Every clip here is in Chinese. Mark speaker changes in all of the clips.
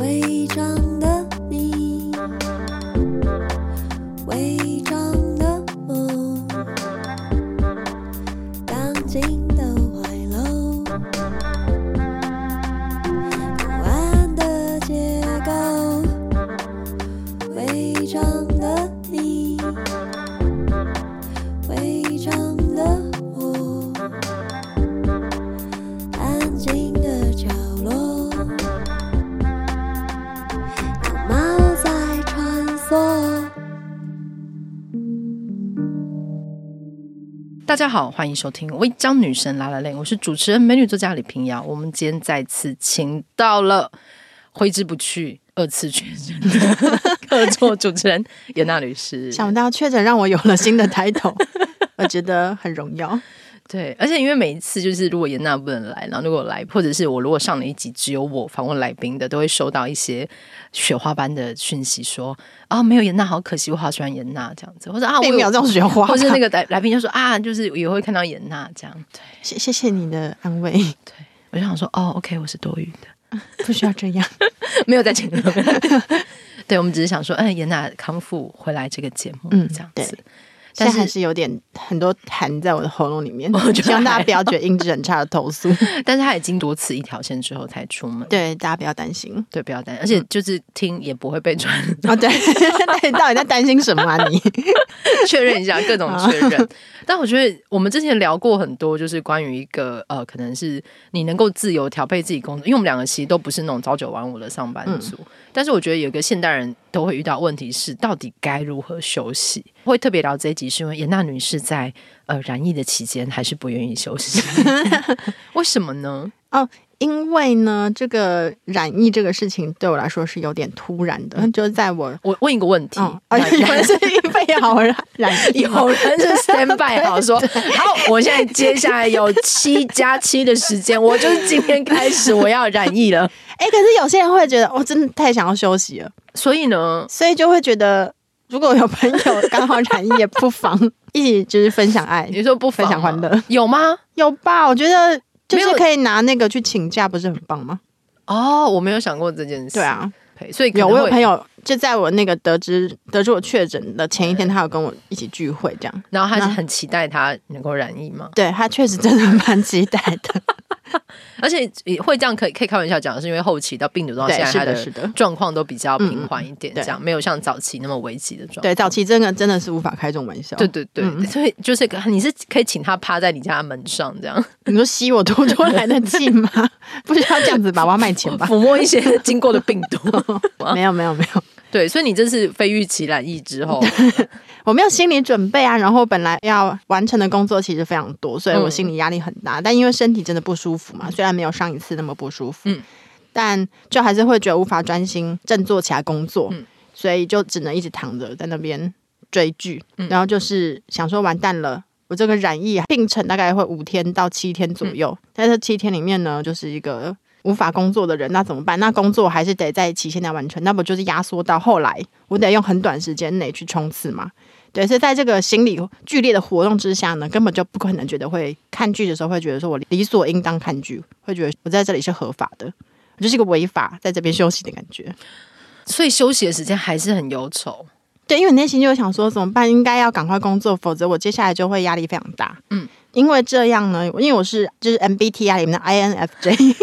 Speaker 1: 违章的你，违章的我，钢筋的怀楼，不安的结构，违章的你，违章的我，安静的角落。猫在穿梭。
Speaker 2: 大家好，欢迎收听《微章女神拉拉链》，我是主持人美女作家李平遥。我们今天再次请到了挥之不去、二次确诊的 客座主持人严娜律师。
Speaker 3: 想不到确诊让我有了新的 title，我觉得很荣耀。
Speaker 2: 对，而且因为每一次就是如果严娜不能来，然后如果来，或者是我如果上了一集只有我访问来宾的，都会收到一些雪花般的讯息说啊没有严娜好可惜，我好喜欢严娜这样子，或者啊我
Speaker 3: 并
Speaker 2: 有
Speaker 3: 没有这种雪花吧，
Speaker 2: 或是那个来来宾就说啊，就是也会看到严娜这样。对，
Speaker 3: 谢谢谢你的安慰，
Speaker 2: 我就想说哦，OK，我是多余的。
Speaker 3: 不需要这样。
Speaker 2: 没有在前面。 对，我们只是想说，哎，严娜康复回来这个节目，
Speaker 3: 嗯
Speaker 2: 这样
Speaker 3: 对
Speaker 2: 子。
Speaker 3: 现
Speaker 2: 但
Speaker 3: 在
Speaker 2: 是
Speaker 3: 还是有点很多痰在我的喉咙里面，
Speaker 2: 我觉得
Speaker 3: 希望大
Speaker 2: 还
Speaker 3: 家不要觉得音质很差的投诉。
Speaker 2: 但是他已经多次一条线之后才出门，
Speaker 3: 对，嗯大家不要担心
Speaker 2: 对，不要担心，而且就是听也不会被传，
Speaker 3: 啊、对， 对，到底在担心什么啊你？
Speaker 2: 确认一下各种确认。但我觉得我们之前聊过很多，就是关于一个呃，可能是你能够自由调配自己工作，因为我们两个其实都不是那种朝九晚五的上班族。但是我觉得有一个现代人都会遇到问题是，到底该如何休息？会特别聊这一集，是因为严娜女士在呃染疫的期间还是不愿意休息， 为什么呢？
Speaker 3: 因为呢，这个染疫这个事情对我来说是有点突然的，就是在我。
Speaker 2: 我问一个问题，
Speaker 3: 嗯，
Speaker 2: 那
Speaker 3: 而 且染是肺好染染 疫吗
Speaker 2: 有人 是 stand by 好说，好，我现在接下来有七加七的时间，我就是今天开始我要染疫了。
Speaker 3: 哎、可是有些人会觉得，我、真的太想要休息了，
Speaker 2: 所以呢，
Speaker 3: 所以就会觉得，如果有朋友刚好染疫，也不妨一起就是分享爱，
Speaker 2: 你说不妨
Speaker 3: 分享欢乐，
Speaker 2: 有吗？
Speaker 3: 有吧？我觉得就
Speaker 2: 没
Speaker 3: 是
Speaker 2: 有
Speaker 3: 可以拿那个去请假，不是很棒吗？
Speaker 2: 哦，我没有想过这件事。
Speaker 3: 对，啊，
Speaker 2: 所以可
Speaker 3: 有
Speaker 2: 能
Speaker 3: 我有
Speaker 2: 会
Speaker 3: 朋，友就在我那个得知得知我确诊的前一天，他有跟我一起聚会，这样，
Speaker 2: 然后他是很期待他能够染疫嘛，
Speaker 3: 对他确实真的蛮期待 的，
Speaker 2: 而且也会这样可以可以开玩笑讲，是因为后期到病毒到
Speaker 3: 对
Speaker 2: 现在
Speaker 3: 是
Speaker 2: 他
Speaker 3: 的是的
Speaker 2: 状况都比较平缓一点，
Speaker 3: 嗯嗯
Speaker 2: 这
Speaker 3: 对
Speaker 2: 样没有像早期那么危急的状况。
Speaker 3: 对，早期真的真的是无法开这种玩笑，
Speaker 2: 对对对，
Speaker 3: 嗯
Speaker 2: 所以就是你是可以请他趴在你家门上这样。
Speaker 3: 你说吸我多多来得及吗？ 不需要这样子吧，我要卖钱 吧？
Speaker 2: 抚摸一些经过的病毒。
Speaker 3: 没有没有没有，
Speaker 2: 对，所以你这是非预期染疫之 后，
Speaker 3: 我没有心理准备啊，然后本来要完成的工作其实非常多，所以我心理压力很大。但因为身体真的不舒服嘛，虽然没有上一次那么不舒服，
Speaker 2: 嗯
Speaker 3: 但就还是会觉得无法专心振作起来工作，
Speaker 2: 嗯
Speaker 3: 所以就只能一直躺着在那边追剧，
Speaker 2: 嗯
Speaker 3: 然后就是想说完蛋了。我这个染疫啊病程大概会五天到七天左右，
Speaker 2: 嗯
Speaker 3: 在这七天里面呢，就是一个无法工作的人，那怎么办？那工作还是得在期限内完成，那不就是压缩到后来，我得用很短时间内去冲刺嘛？对，所以在这个心理剧烈的活动之下呢，根本就不可能觉得会看剧的时候会觉得说我理所应当看剧，会觉得我在这里是合法的，我就是一个违法在这边休息的感觉。
Speaker 2: 所以休息的时间还是很忧愁。
Speaker 3: 对，因为我内心就会想说怎么办，应该要赶快工作，否则我接下来就会压力非常大。
Speaker 2: 嗯，
Speaker 3: 因为这样呢，因为我是就是 MBTI 里面的 INFJ，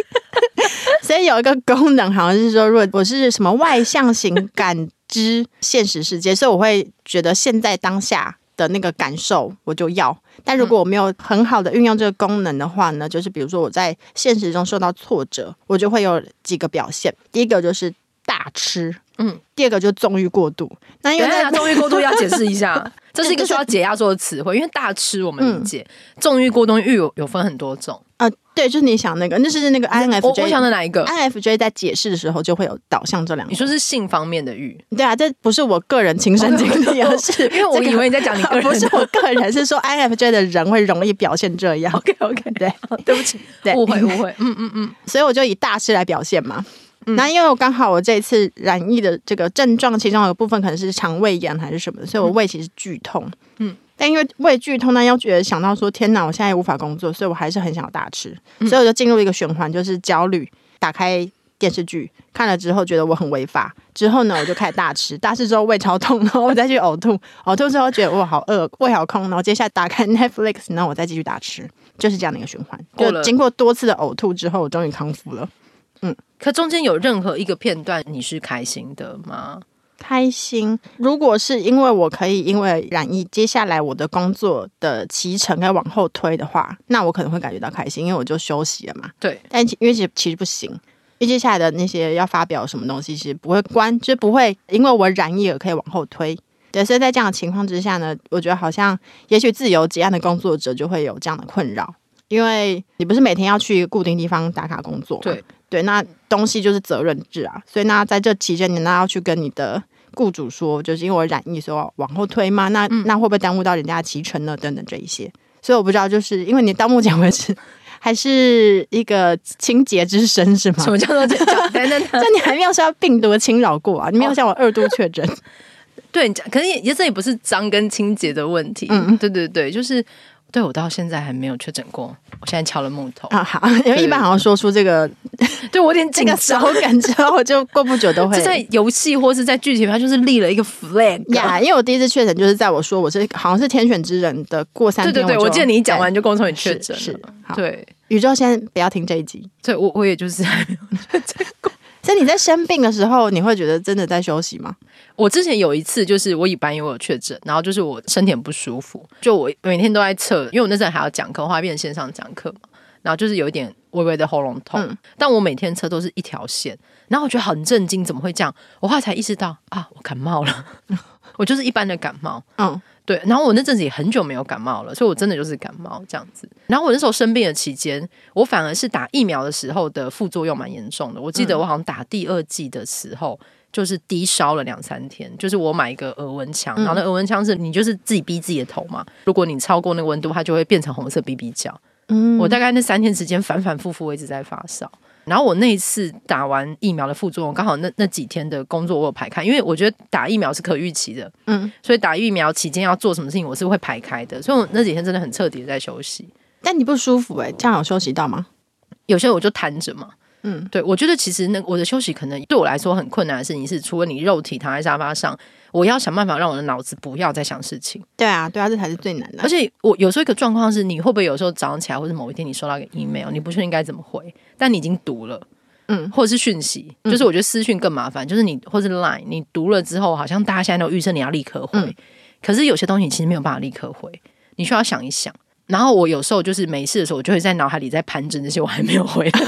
Speaker 3: 所以有一个功能好像是说，如果我是什么外向型感知现实世界，所以我会觉得现在当下的那个感受我就要。但如果我没有很好的运用这个功能的话呢，就是比如说我在现实中受到挫折，我就会有几个表现。第一个就是大吃，
Speaker 2: 嗯，
Speaker 3: 第二个就是纵欲过度。那因为
Speaker 2: 等一
Speaker 3: 在
Speaker 2: 下，纵欲过度要解释一 下，嗯这是一个需要解压缩的词汇，因为大吃我们理解，纵欲过度欲有有分很多种，
Speaker 3: 呃，对，就是你想那个，那是那个
Speaker 2: 我我
Speaker 3: INFJ
Speaker 2: 想的哪一个？
Speaker 3: INFJ 在解释的时候就会有导向这两
Speaker 2: 呃
Speaker 3: 个。
Speaker 2: 你说是性方面的 欲？
Speaker 3: 对啊，这不是我个人亲身经历， 而是
Speaker 2: 哦因为我
Speaker 3: 这个
Speaker 2: 以为你在讲你啊个人的。
Speaker 3: 不是我个人，是说 INFJ 的人会容易表现这 样。
Speaker 2: OK OK，
Speaker 3: 对，
Speaker 2: 对不起，
Speaker 3: 对
Speaker 2: 哦 误会误会，嗯嗯嗯，
Speaker 3: 所以我就以大师来表现嘛。那因为我刚好我这一次染疫的这个症状，其中有一部分可能是肠胃炎还是什么的，所以我胃其实剧痛。
Speaker 2: 嗯
Speaker 3: 嗯，但因为胃剧痛，但又觉得想到说天哪，我现在也无法工作，所以我还是很想要大吃，
Speaker 2: 嗯
Speaker 3: 所以我就进入一个循环，就是焦虑。打开电视剧看了之后，觉得我很违法，之后呢我就开始大吃，大吃之后胃超痛，然后我再去呕吐，呕吐之后觉得我好饿，胃好空，然后接下来打开 Netflix，然后我再继续大吃，就是这样的一个循环。
Speaker 2: 过
Speaker 3: 就
Speaker 2: 了
Speaker 3: 经过多次的呕吐之后，我终于康复了。
Speaker 2: 可中间有任何一个片段你是开心的吗？
Speaker 3: 开心。如果是因为我可以因为染疫，接下来我的工作的期程该往后推的话，那我可能会感觉到开心，因为我就休息了嘛。
Speaker 2: 对，
Speaker 3: 但其因为其实其实不行，因为接下来的那些要发表什么东西，其实不会关，就是不会因为我染疫而可以往后推。对，所以在这样的情况之下呢，我觉得好像也许自由结案的工作者就会有这样的困扰，因为你不是每天要去一个固定地方打卡工作嘛，
Speaker 2: 对
Speaker 3: 对，那东西就是责任制啊，所以那在这期间，你那要去跟你的雇主说，就是因为我染疫，所以我往后推嘛，那、
Speaker 2: 嗯
Speaker 3: 那会不会耽误到人家的期程呢？等等这一些，所以我不知道，就是因为你到目前为止还是一个清洁之身是吗
Speaker 2: 什？么叫做这 样？等等等
Speaker 3: 就你还没有受到病毒的侵扰过啊，你
Speaker 2: 哦
Speaker 3: 没有像我二度 确诊，
Speaker 2: 对，你讲可是也也这也不是脏跟清洁的问题，
Speaker 3: 嗯
Speaker 2: 对对对，就是对我到现在还没有确诊过，我现在敲了木头，
Speaker 3: 啊，好，因为一般好像说出这个
Speaker 2: 对我有点
Speaker 3: 这
Speaker 2: 紧
Speaker 3: 个手
Speaker 2: 张。
Speaker 3: 感之后，就过不久都 会
Speaker 2: 就在游戏或是在剧情，它就是立了一个 flag。啊
Speaker 3: 呀因为我第一次确诊就是在我说我是好像是天选之人的过三
Speaker 2: 对
Speaker 3: 天，
Speaker 2: 对对，
Speaker 3: 我
Speaker 2: 我
Speaker 3: 就
Speaker 2: 记得你一讲完就跟我说你
Speaker 3: 对
Speaker 2: 确诊
Speaker 3: 是是
Speaker 2: 了。
Speaker 3: 好，
Speaker 2: 对，
Speaker 3: 宇宙先不要听这一集。
Speaker 2: 所以我我也就是还没有。
Speaker 3: 所以你在生病的时候，你会觉得真的在休息吗？
Speaker 2: 我之前有一次，就是我乙班也有确诊，然后就是我身体很不舒服，就我每天都在测，因为我那时候还要讲课，后来变成线上讲课嘛，然后就是有一点微微的喉咙痛，
Speaker 3: 嗯
Speaker 2: 但我每天测都是一条线，然后我觉得很震惊，怎么会这样？我后来才意识到啊，我感冒了， 我就是一般的感冒。
Speaker 3: 嗯，
Speaker 2: 对，然后我那阵子也很久没有感冒了，所以我真的就是感冒这样子。然后我那时候生病的期间，我反而是打疫苗的时候的副作用蛮严重的。我记得我好像打第二剂的时候。就是低烧了两三天，就是我买一个额温枪，然后那额温枪是你就是自己逼自己的头嘛，如果你超过那个温度，它就会变成红色 BB 胶。
Speaker 3: 嗯
Speaker 2: 我大概那三天时间反反复复我一直在发烧。然后我那一次打完疫苗的副作用，刚好那那几天的工作我有排开，因为我觉得打疫苗是可预期的，
Speaker 3: 嗯，
Speaker 2: 所以打疫苗期间要做什么事情，我是会排开的。所以我那几天真的很彻底的在休息，
Speaker 3: 但你不舒服哎、这样有休息到吗？
Speaker 2: 有些我就瘫着嘛。
Speaker 3: 嗯，
Speaker 2: 对，我觉得其实那我的休息可能对我来说很困难的事情是，除了你肉体躺在沙发上，我要想办法让我的脑子不要再想事情。
Speaker 3: 对啊，对啊，这才是最难的
Speaker 2: 而。且我有时候一个状况是，你会不会有时候早上起来，或者某一天你收到一个 email，你不确定该怎么回，但你已经读了，
Speaker 3: 嗯
Speaker 2: 或者是讯息，就是我觉得私讯更麻烦，就是你或是 Line，你读了之后，好像大家现在都预设你要立刻回，
Speaker 3: 嗯
Speaker 2: 可是有些东西你其实没有办法立刻回，你需要想一想。然后我有时候就是没事的时候，我就会在脑海里在盘整这些我还没有回的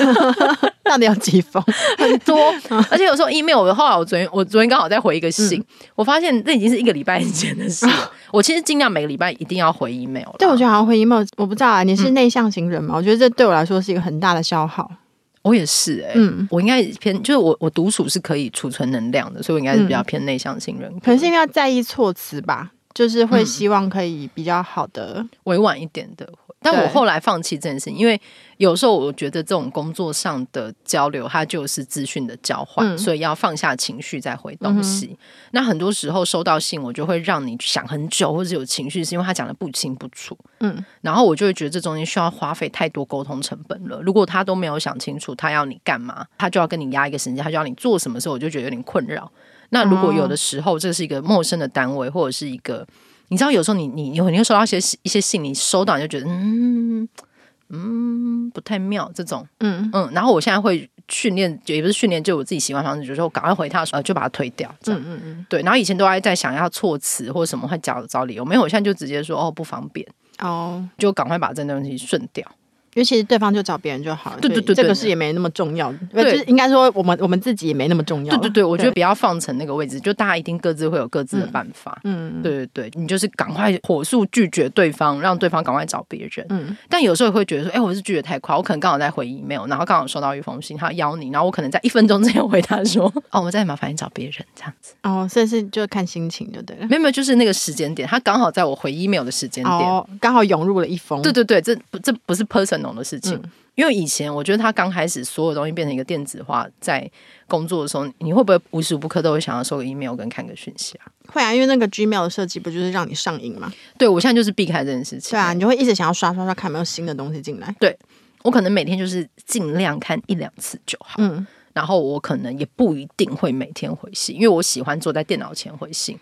Speaker 3: 到底有几 封？
Speaker 2: 很多，
Speaker 3: 嗯
Speaker 2: 而且有时候 email 我后来我昨天我昨天刚好在回一个信，我发现那已经是一个礼拜以前的事 了。我其实尽量每个礼拜一定要回 email 啦。
Speaker 3: 对，我觉得好像回 email，我不知道啊，你是内向型人吗？我觉得这对我来说是一个很大的消耗。
Speaker 2: 我也是哎、
Speaker 3: 嗯，
Speaker 2: 我应该偏就是我我独处是可以储存能量的，所以我应该是比较偏内向型人格，
Speaker 3: 可能是因为要在意措辞吧，就是会希望可以比较好的。
Speaker 2: 委婉一点的。但我
Speaker 3: 对
Speaker 2: 后来放弃这件事情，因为有时候我觉得这种工作上的交流，它就是资讯的交换，
Speaker 3: 嗯
Speaker 2: 所以要放下情绪再回东西。那很多时候收到信，我就会让你想很久，或者有情绪，是因为他讲的不清不楚。
Speaker 3: 嗯，
Speaker 2: 然后我就会觉得这中间需要花费太多沟通成本了。如果他都没有想清楚他要你干嘛，他就要跟你压一个时间，他就要你做什么时候，我就觉得有点困扰。那如果有的时候这是一个陌生的单位，或者是一个，你知道有时候你你你会你会收到一些一些信，你收到你就觉得嗯嗯不太妙这种，
Speaker 3: 嗯
Speaker 2: 嗯，然后我现在会训练，也不是训练，就我自己喜欢的方式，就是说我赶快回他，呃，就把它推掉，这样。
Speaker 3: 嗯嗯
Speaker 2: 对，然后以前都还在想要措辞或什么，会找找理由，没有，我现在就直接说哦不方便，
Speaker 3: 嗯，哦，
Speaker 2: 就赶快把这东西顺掉。
Speaker 3: 因为其实对方就找别人就好了。
Speaker 2: 对对
Speaker 3: 所以
Speaker 2: 对对
Speaker 3: 这个
Speaker 2: 对
Speaker 3: 事也没那么重要。
Speaker 2: 对
Speaker 3: 就是应该说我们我们自己也没那么重要
Speaker 2: 对
Speaker 3: 了。
Speaker 2: 对对，我觉得不要放成那个位置，就大家一定各自会有各自的办法。
Speaker 3: 嗯，
Speaker 2: 对对对，你就是赶快火速拒绝对方，让对方赶快找别人。
Speaker 3: 嗯
Speaker 2: 但有时候也会觉得说，哎、我是拒绝太快，我可能刚好在回 email，然后刚好收到一封信，他邀你，然后我可能在一分钟之 前回他说，哦，我再麻烦你找别人这样子。
Speaker 3: 哦，所以是就看心情就对了。
Speaker 2: 没有没有，就是那个时间点，他刚好在我回 email 的时间点。
Speaker 3: 哦，刚好涌入了一封。
Speaker 2: 对对对，这不这不是 personal 的事情，
Speaker 3: 嗯
Speaker 2: 因为以前我觉得他刚开始所有东西变成一个电子化，在工作的时候，你会不会无时无刻都会想要收个 email 跟看个讯息啊？
Speaker 3: 会啊，因为那个 Gmail 的设计不就是让你上瘾嘛？
Speaker 2: 对我现在就是避开这件事情。
Speaker 3: 对啊，你就会一直想要刷刷刷，看有没有新的东西进来。
Speaker 2: 我可能每天就是尽量看一两次就好，
Speaker 3: 嗯，
Speaker 2: 然后我可能也不一定会每天回信，因为我喜欢坐在电脑前回信。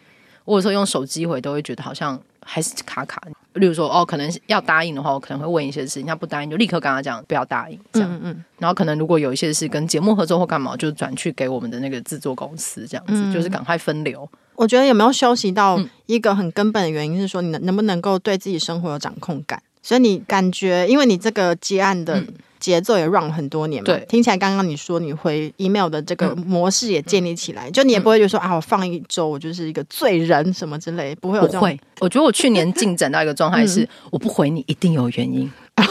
Speaker 2: 我有时候用手机回都会觉得好像还是卡卡。例如说，哦，可能要答应的话，我可能会问一些事情，他不答应就立刻跟他讲不要答应这样。
Speaker 3: 嗯嗯，
Speaker 2: 然后可能如果有一些是跟节目合作或干嘛，就转去给我们的那个制作公司这样子，
Speaker 3: 嗯
Speaker 2: 就是赶快分流。
Speaker 3: 我觉得有没有休息到
Speaker 2: 嗯
Speaker 3: 一个很根本的原因是说，你能能不能够对自己生活有掌控感？所以你感觉，因为你这个接案的节奏也 run 很多年嘛，
Speaker 2: 嗯对嗯
Speaker 3: 听起来刚刚你说你回 email 的这个模式也建立起来，就你也不会觉得说啊，我放一周我就是一个罪人什么之类，不会有
Speaker 2: 不
Speaker 3: 这种嗯
Speaker 2: 会，我觉得我去年进展到一个状态是，我不回你一定有原因，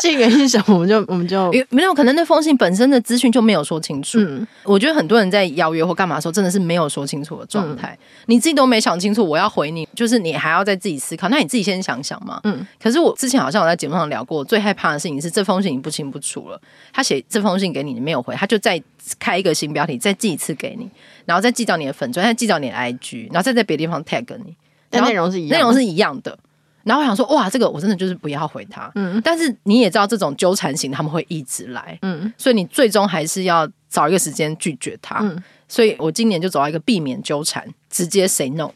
Speaker 3: 这个原因是什么，我们就我们就
Speaker 2: 因为没有可能那封信本身的资讯就没有说清楚。
Speaker 3: 嗯
Speaker 2: 我觉得很多人在邀约或干嘛的时候，真的是没有说清楚的
Speaker 3: 嗯
Speaker 2: 状态，你自己都没想清楚，我要回你，就是你还要再自己思考。那你自己先想想嘛。
Speaker 3: 嗯
Speaker 2: 可是我之前好像有在节目上聊过，最害怕的事情是这封信你不清不楚了，他写这封信给你，你没有回，他就再开一个新标题，再寄一次给你，然后再寄到你的粉专，再寄到你的 IG，然后再在别的地方 tag 你，
Speaker 3: 但
Speaker 2: 然后
Speaker 3: 内容是一样的
Speaker 2: 内容是一样的。然后我想说，哇，这个我真的就是不要回他。但是你也知道，这种纠缠型他们会一直来，
Speaker 3: 嗯
Speaker 2: 所以你最终还是要找一个时间拒绝他。
Speaker 3: 嗯
Speaker 2: 所以我今年就走到一个避免纠缠，直接 say no。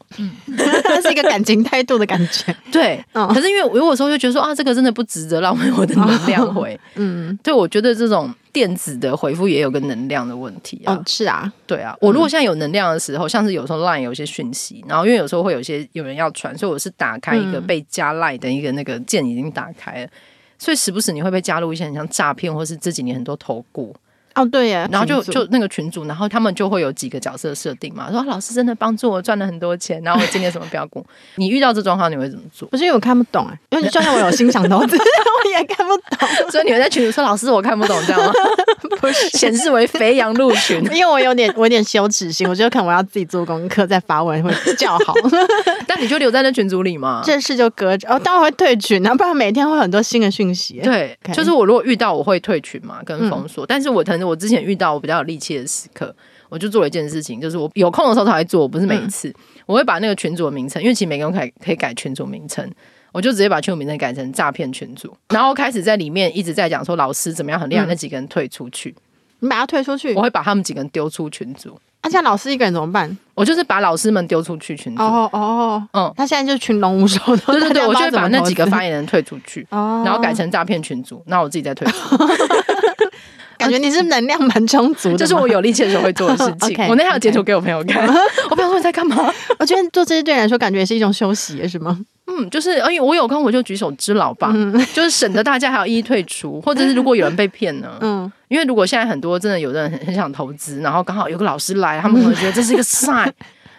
Speaker 3: 是一个感情态度的感觉，
Speaker 2: 对，
Speaker 3: 嗯
Speaker 2: 可是因为我有时候就觉得说啊，这个真的不值得浪费我的 能量回。
Speaker 3: 嗯
Speaker 2: 对，我觉得这种电子的回复也有个能量的问题啊。
Speaker 3: 哦是啊，
Speaker 2: 对啊，我如果现在有能量的时候，像是有时候 Line 有一些讯息，然后因为有时候会有一些有人要传，所以我是打开一个
Speaker 3: 嗯
Speaker 2: 被加 Line 的一个那个键已经打开了。所以时不时你会被加入一些很像诈骗，或是这几年很多投顾，
Speaker 3: 哦对耶，
Speaker 2: 然后就
Speaker 3: 群组
Speaker 2: 就那个群主，然后他们就会有几个角色设定嘛，说啊老师真的帮助我赚了很多钱，然后我今年什么标股，你遇到这状况你会怎么做？
Speaker 3: 不是因为我看不懂哎、因为就算我有心想投 资，我也看不懂，
Speaker 2: 所以你们在群主说老师我看不懂这样 吗？
Speaker 3: 不是。
Speaker 2: 显示为肥羊入群，
Speaker 3: 因为我有点，我有点羞耻心，我觉得可能我要自己做功课再发文会比较 好。
Speaker 2: 但你就留在那群组里嘛。
Speaker 3: 这事就隔着，哦，当然会退群啊，不然每天会有很多新的讯息。，
Speaker 2: 对
Speaker 3: OK
Speaker 2: 就是我如果遇到我会退群嘛，跟封锁。但是我可能我之前遇到我比较有力气的时刻，我就做了一件事情，就是我有空的时候才会做，我不是每一次。我会把那个群组的名称，因为其实每个人可以可以改群组名称，我就直接把群组名称改成诈骗群组，然后开始在里面一直在讲说老师怎么样很厉害，
Speaker 3: 嗯
Speaker 2: 那几个人退出去，
Speaker 3: 你把它退出去，
Speaker 2: 我
Speaker 3: 那、
Speaker 2: 会把他们几个人丢出群组，
Speaker 3: 啊、现在老师一个人怎么办？
Speaker 2: 我就是把老师们丢出去群组。
Speaker 3: 哦哦，
Speaker 2: 嗯
Speaker 3: 他现在就群龙无首的。
Speaker 2: 对对对，我就会
Speaker 3: 大家不知道
Speaker 2: 把
Speaker 3: 怎么
Speaker 2: 那
Speaker 3: 投
Speaker 2: 几 个
Speaker 3: 资
Speaker 2: 发言人退出去，
Speaker 3: 哦，
Speaker 2: 然后改成诈骗群组，那我自己再退出。
Speaker 3: 感觉你是能量蛮充足的嘛。
Speaker 2: 呃这是我有力气的时候会做的事情。
Speaker 3: OK，
Speaker 2: 我那天有截图给我朋友看，我朋友说你在干嘛？
Speaker 3: 我觉得做这些对你来说，感觉也是一种休息，是吗？
Speaker 2: 嗯，就是因为我有空我就举手之劳吧，
Speaker 3: 嗯
Speaker 2: 就是省得大家还要一一退出，或者是如果有人被骗呢？
Speaker 3: 嗯，
Speaker 2: 因为如果现在很多真的有的人很很想投资，然后刚好有个老师来，他们可能觉得这是一个 sign。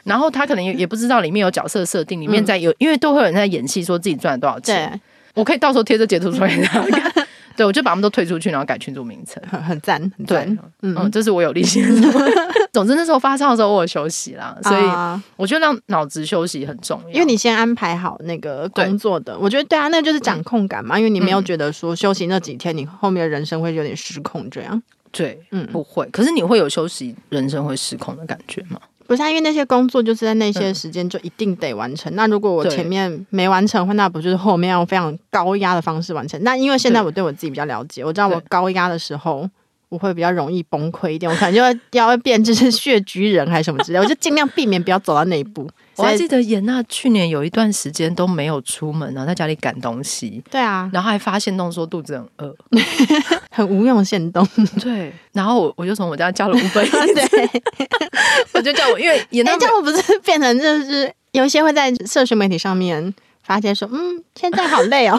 Speaker 2: 然 后他可能也也不知道里面有角色设定，里面在有，因为都会有人在演戏，说自己赚了多少钱。
Speaker 3: 嗯对，
Speaker 2: 我可以到时候贴着截图出来 给大家看。对，我就把他们都退出去，然后改群组名称。
Speaker 3: 很很赞，很
Speaker 2: 对
Speaker 3: 赞。，
Speaker 2: 嗯，这是我有力气的时候。 总之那时候发烧的时候，我有休息啦，所以
Speaker 3: 啊
Speaker 2: 我觉得让脑子休息很重要，
Speaker 3: 因为你先安排好那个工作的，我觉得对啊，那就是掌控感嘛，因为你没有觉得说休息那几天，你后面的人生会有点失控这样。
Speaker 2: 对
Speaker 3: 嗯，
Speaker 2: 不会。可是你会有休息，人生会失控的感觉吗？
Speaker 3: 不是、啊，因为那些工作就是在那些时间就一定得完成。那如果我
Speaker 2: 对
Speaker 3: 前面没完成的话，那不就是后面要用非常高压的方式完成？那因为现在
Speaker 2: 对
Speaker 3: 我对我自己比较了解，我知道
Speaker 2: 对
Speaker 3: 我高压的时候。我会比较容易崩溃一点，我可能就会要变就是血局人还是什么之类，我就尽量避免不要走到那一 步。
Speaker 2: 我还
Speaker 3: 所
Speaker 2: 记
Speaker 3: 以
Speaker 2: 得严娜去年有一段时间都没有出门，然后在家里赶东西，
Speaker 3: 对 啊，
Speaker 2: 然后还发现动说肚子很 饿。
Speaker 3: 很无用的限动。
Speaker 2: 对，然后我我就从我家叫了五本，
Speaker 3: 对，
Speaker 2: 我就叫我因为严
Speaker 3: 哎、
Speaker 2: 娜
Speaker 3: 这样我不是变成就是有一些会在社群媒体上面发现说，嗯，现在好累 哦，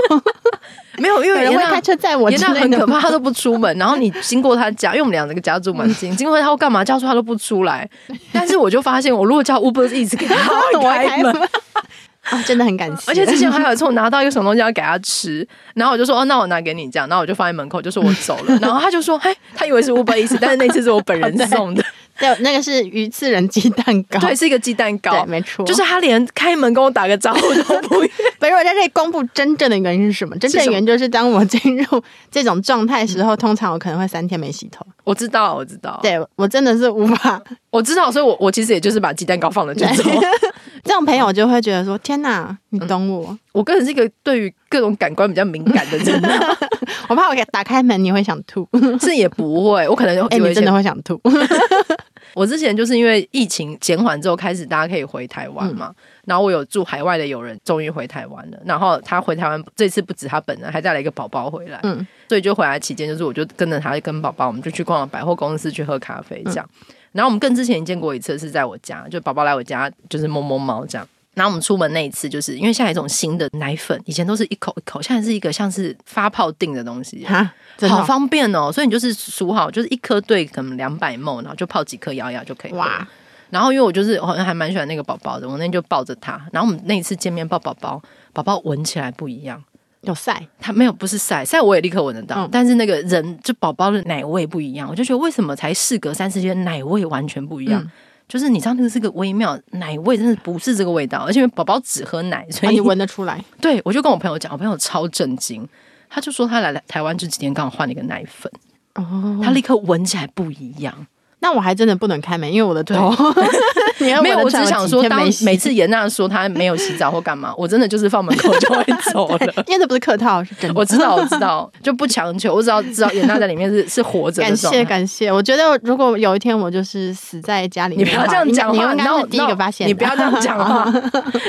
Speaker 2: 没有，因
Speaker 3: 有
Speaker 2: 为
Speaker 3: 人
Speaker 2: 严
Speaker 3: 会
Speaker 2: 娜
Speaker 3: 开车载我
Speaker 2: 严
Speaker 3: 之
Speaker 2: 娜
Speaker 3: 类
Speaker 2: 很
Speaker 3: 的
Speaker 2: 可。怕，她都不出门。然后你经过她家，因为我们俩那个家住蛮 近，经过她要干嘛叫出她都不出来。但是我就发现，我如果叫 Uber 一直给她
Speaker 3: 我还
Speaker 2: 开门，
Speaker 3: 啊，真的很感谢。
Speaker 2: 而且之前还有一次我拿到一个什么东西要给他吃，然后我就说哦，那我拿给你这样，然后我就放在门口，就说我走了，然后他就说嘿，他以为是五百一十，但是那次是我本人送的，
Speaker 3: 对那个是鱼刺人鸡蛋糕，
Speaker 2: 对，是一个鸡蛋
Speaker 3: 对，
Speaker 2: 糕，
Speaker 3: 没错。
Speaker 2: 就是他连开门跟我打个招呼都不 愿意，
Speaker 3: 本我在这里公布真正的原因是什么？真正的原因就是当我进入 这种状态时候，通常我可能会三天没洗头。
Speaker 2: 我知道，我知道，
Speaker 3: 对我真的是无 法，
Speaker 2: 我知道，所以我我其实也就是把鸡蛋糕放了就走。
Speaker 3: 这种朋友就会觉得说：“天哪，你
Speaker 2: 嗯
Speaker 3: 懂我，
Speaker 2: 我个人是一个对于各种感官比较敏感的人啊，
Speaker 3: 我怕我给打开门你会想吐。
Speaker 2: 这也不会，我可能”
Speaker 3: 哎、
Speaker 2: 有
Speaker 3: 你
Speaker 2: 一
Speaker 3: 真
Speaker 2: 些
Speaker 3: 的会想 吐。
Speaker 2: 我之前就是因为疫情减缓之后，开始大家可以回台
Speaker 3: 嗯
Speaker 2: 湾嘛。然后我有住海外的友人，终于回台湾了。然后他回台湾这次不止他本人，还带了一个宝宝回来。
Speaker 3: 嗯
Speaker 2: 所以就回来期间，就是我就跟着他跟宝宝，我们就去逛了百货公司，去喝咖啡
Speaker 3: 嗯
Speaker 2: 这样。然后我们更之前见过一次是在我家，就宝宝来我家就是摸摸猫这样。然后我们出门那一次，就是因为现在有一种新的奶粉，以前都是一口一口，现在是一个像是发泡定的东西，
Speaker 3: 哈，真的
Speaker 2: 好
Speaker 3: 哦
Speaker 2: 方便哦。所以你就是数好，就是一颗对可能两百梦，然后就泡几颗摇摇就可以喝
Speaker 3: 哇！
Speaker 2: 然后因为我就是好像还蛮喜欢那个宝宝的，我那天就抱着他。然后我们那一次见面抱宝宝，宝宝闻起来不一样，
Speaker 3: 有晒，
Speaker 2: 它没有不是晒晒我也立刻闻得到，
Speaker 3: 嗯
Speaker 2: 但是那个人就宝宝的奶味不一样，我就觉得为什么才事隔三四天奶味完全不一样。
Speaker 3: 嗯
Speaker 2: 就是你知道那个是个微妙奶味，真的不是这个味道，而且宝宝只喝奶，所
Speaker 3: 啊、
Speaker 2: 以、
Speaker 3: 你闻得出来。
Speaker 2: 对我就跟我朋友讲，我朋友超震惊，他就说他来台湾这几天刚好换了一个奶粉，
Speaker 3: 哦，
Speaker 2: 他立刻闻起来不一样。
Speaker 3: 那我还真的不能开门，因为我的头。 你还
Speaker 2: 没有，嗯
Speaker 3: 闻
Speaker 2: 我
Speaker 3: 得出
Speaker 2: 只
Speaker 3: 来
Speaker 2: 是想说，
Speaker 3: 几天
Speaker 2: 当
Speaker 3: 没洗。
Speaker 2: 每次严娜说她没有洗澡或干嘛，我真的就是放门口 就会走了
Speaker 3: 因为这不是客套，是真的。
Speaker 2: 我知道，我知道，就不强求，我只要知道严娜在里面是是活着
Speaker 3: 感
Speaker 2: 的状
Speaker 3: 谢
Speaker 2: 态。
Speaker 3: 感谢，我觉得如果有一天我就是死在家里
Speaker 2: 你
Speaker 3: 面
Speaker 2: 不
Speaker 3: 的话，
Speaker 2: 要这样讲
Speaker 3: 你
Speaker 2: 话，
Speaker 3: 应该你应
Speaker 2: 那
Speaker 3: 该
Speaker 2: 我
Speaker 3: 是第一个发现的。
Speaker 2: 你不 要这样讲话，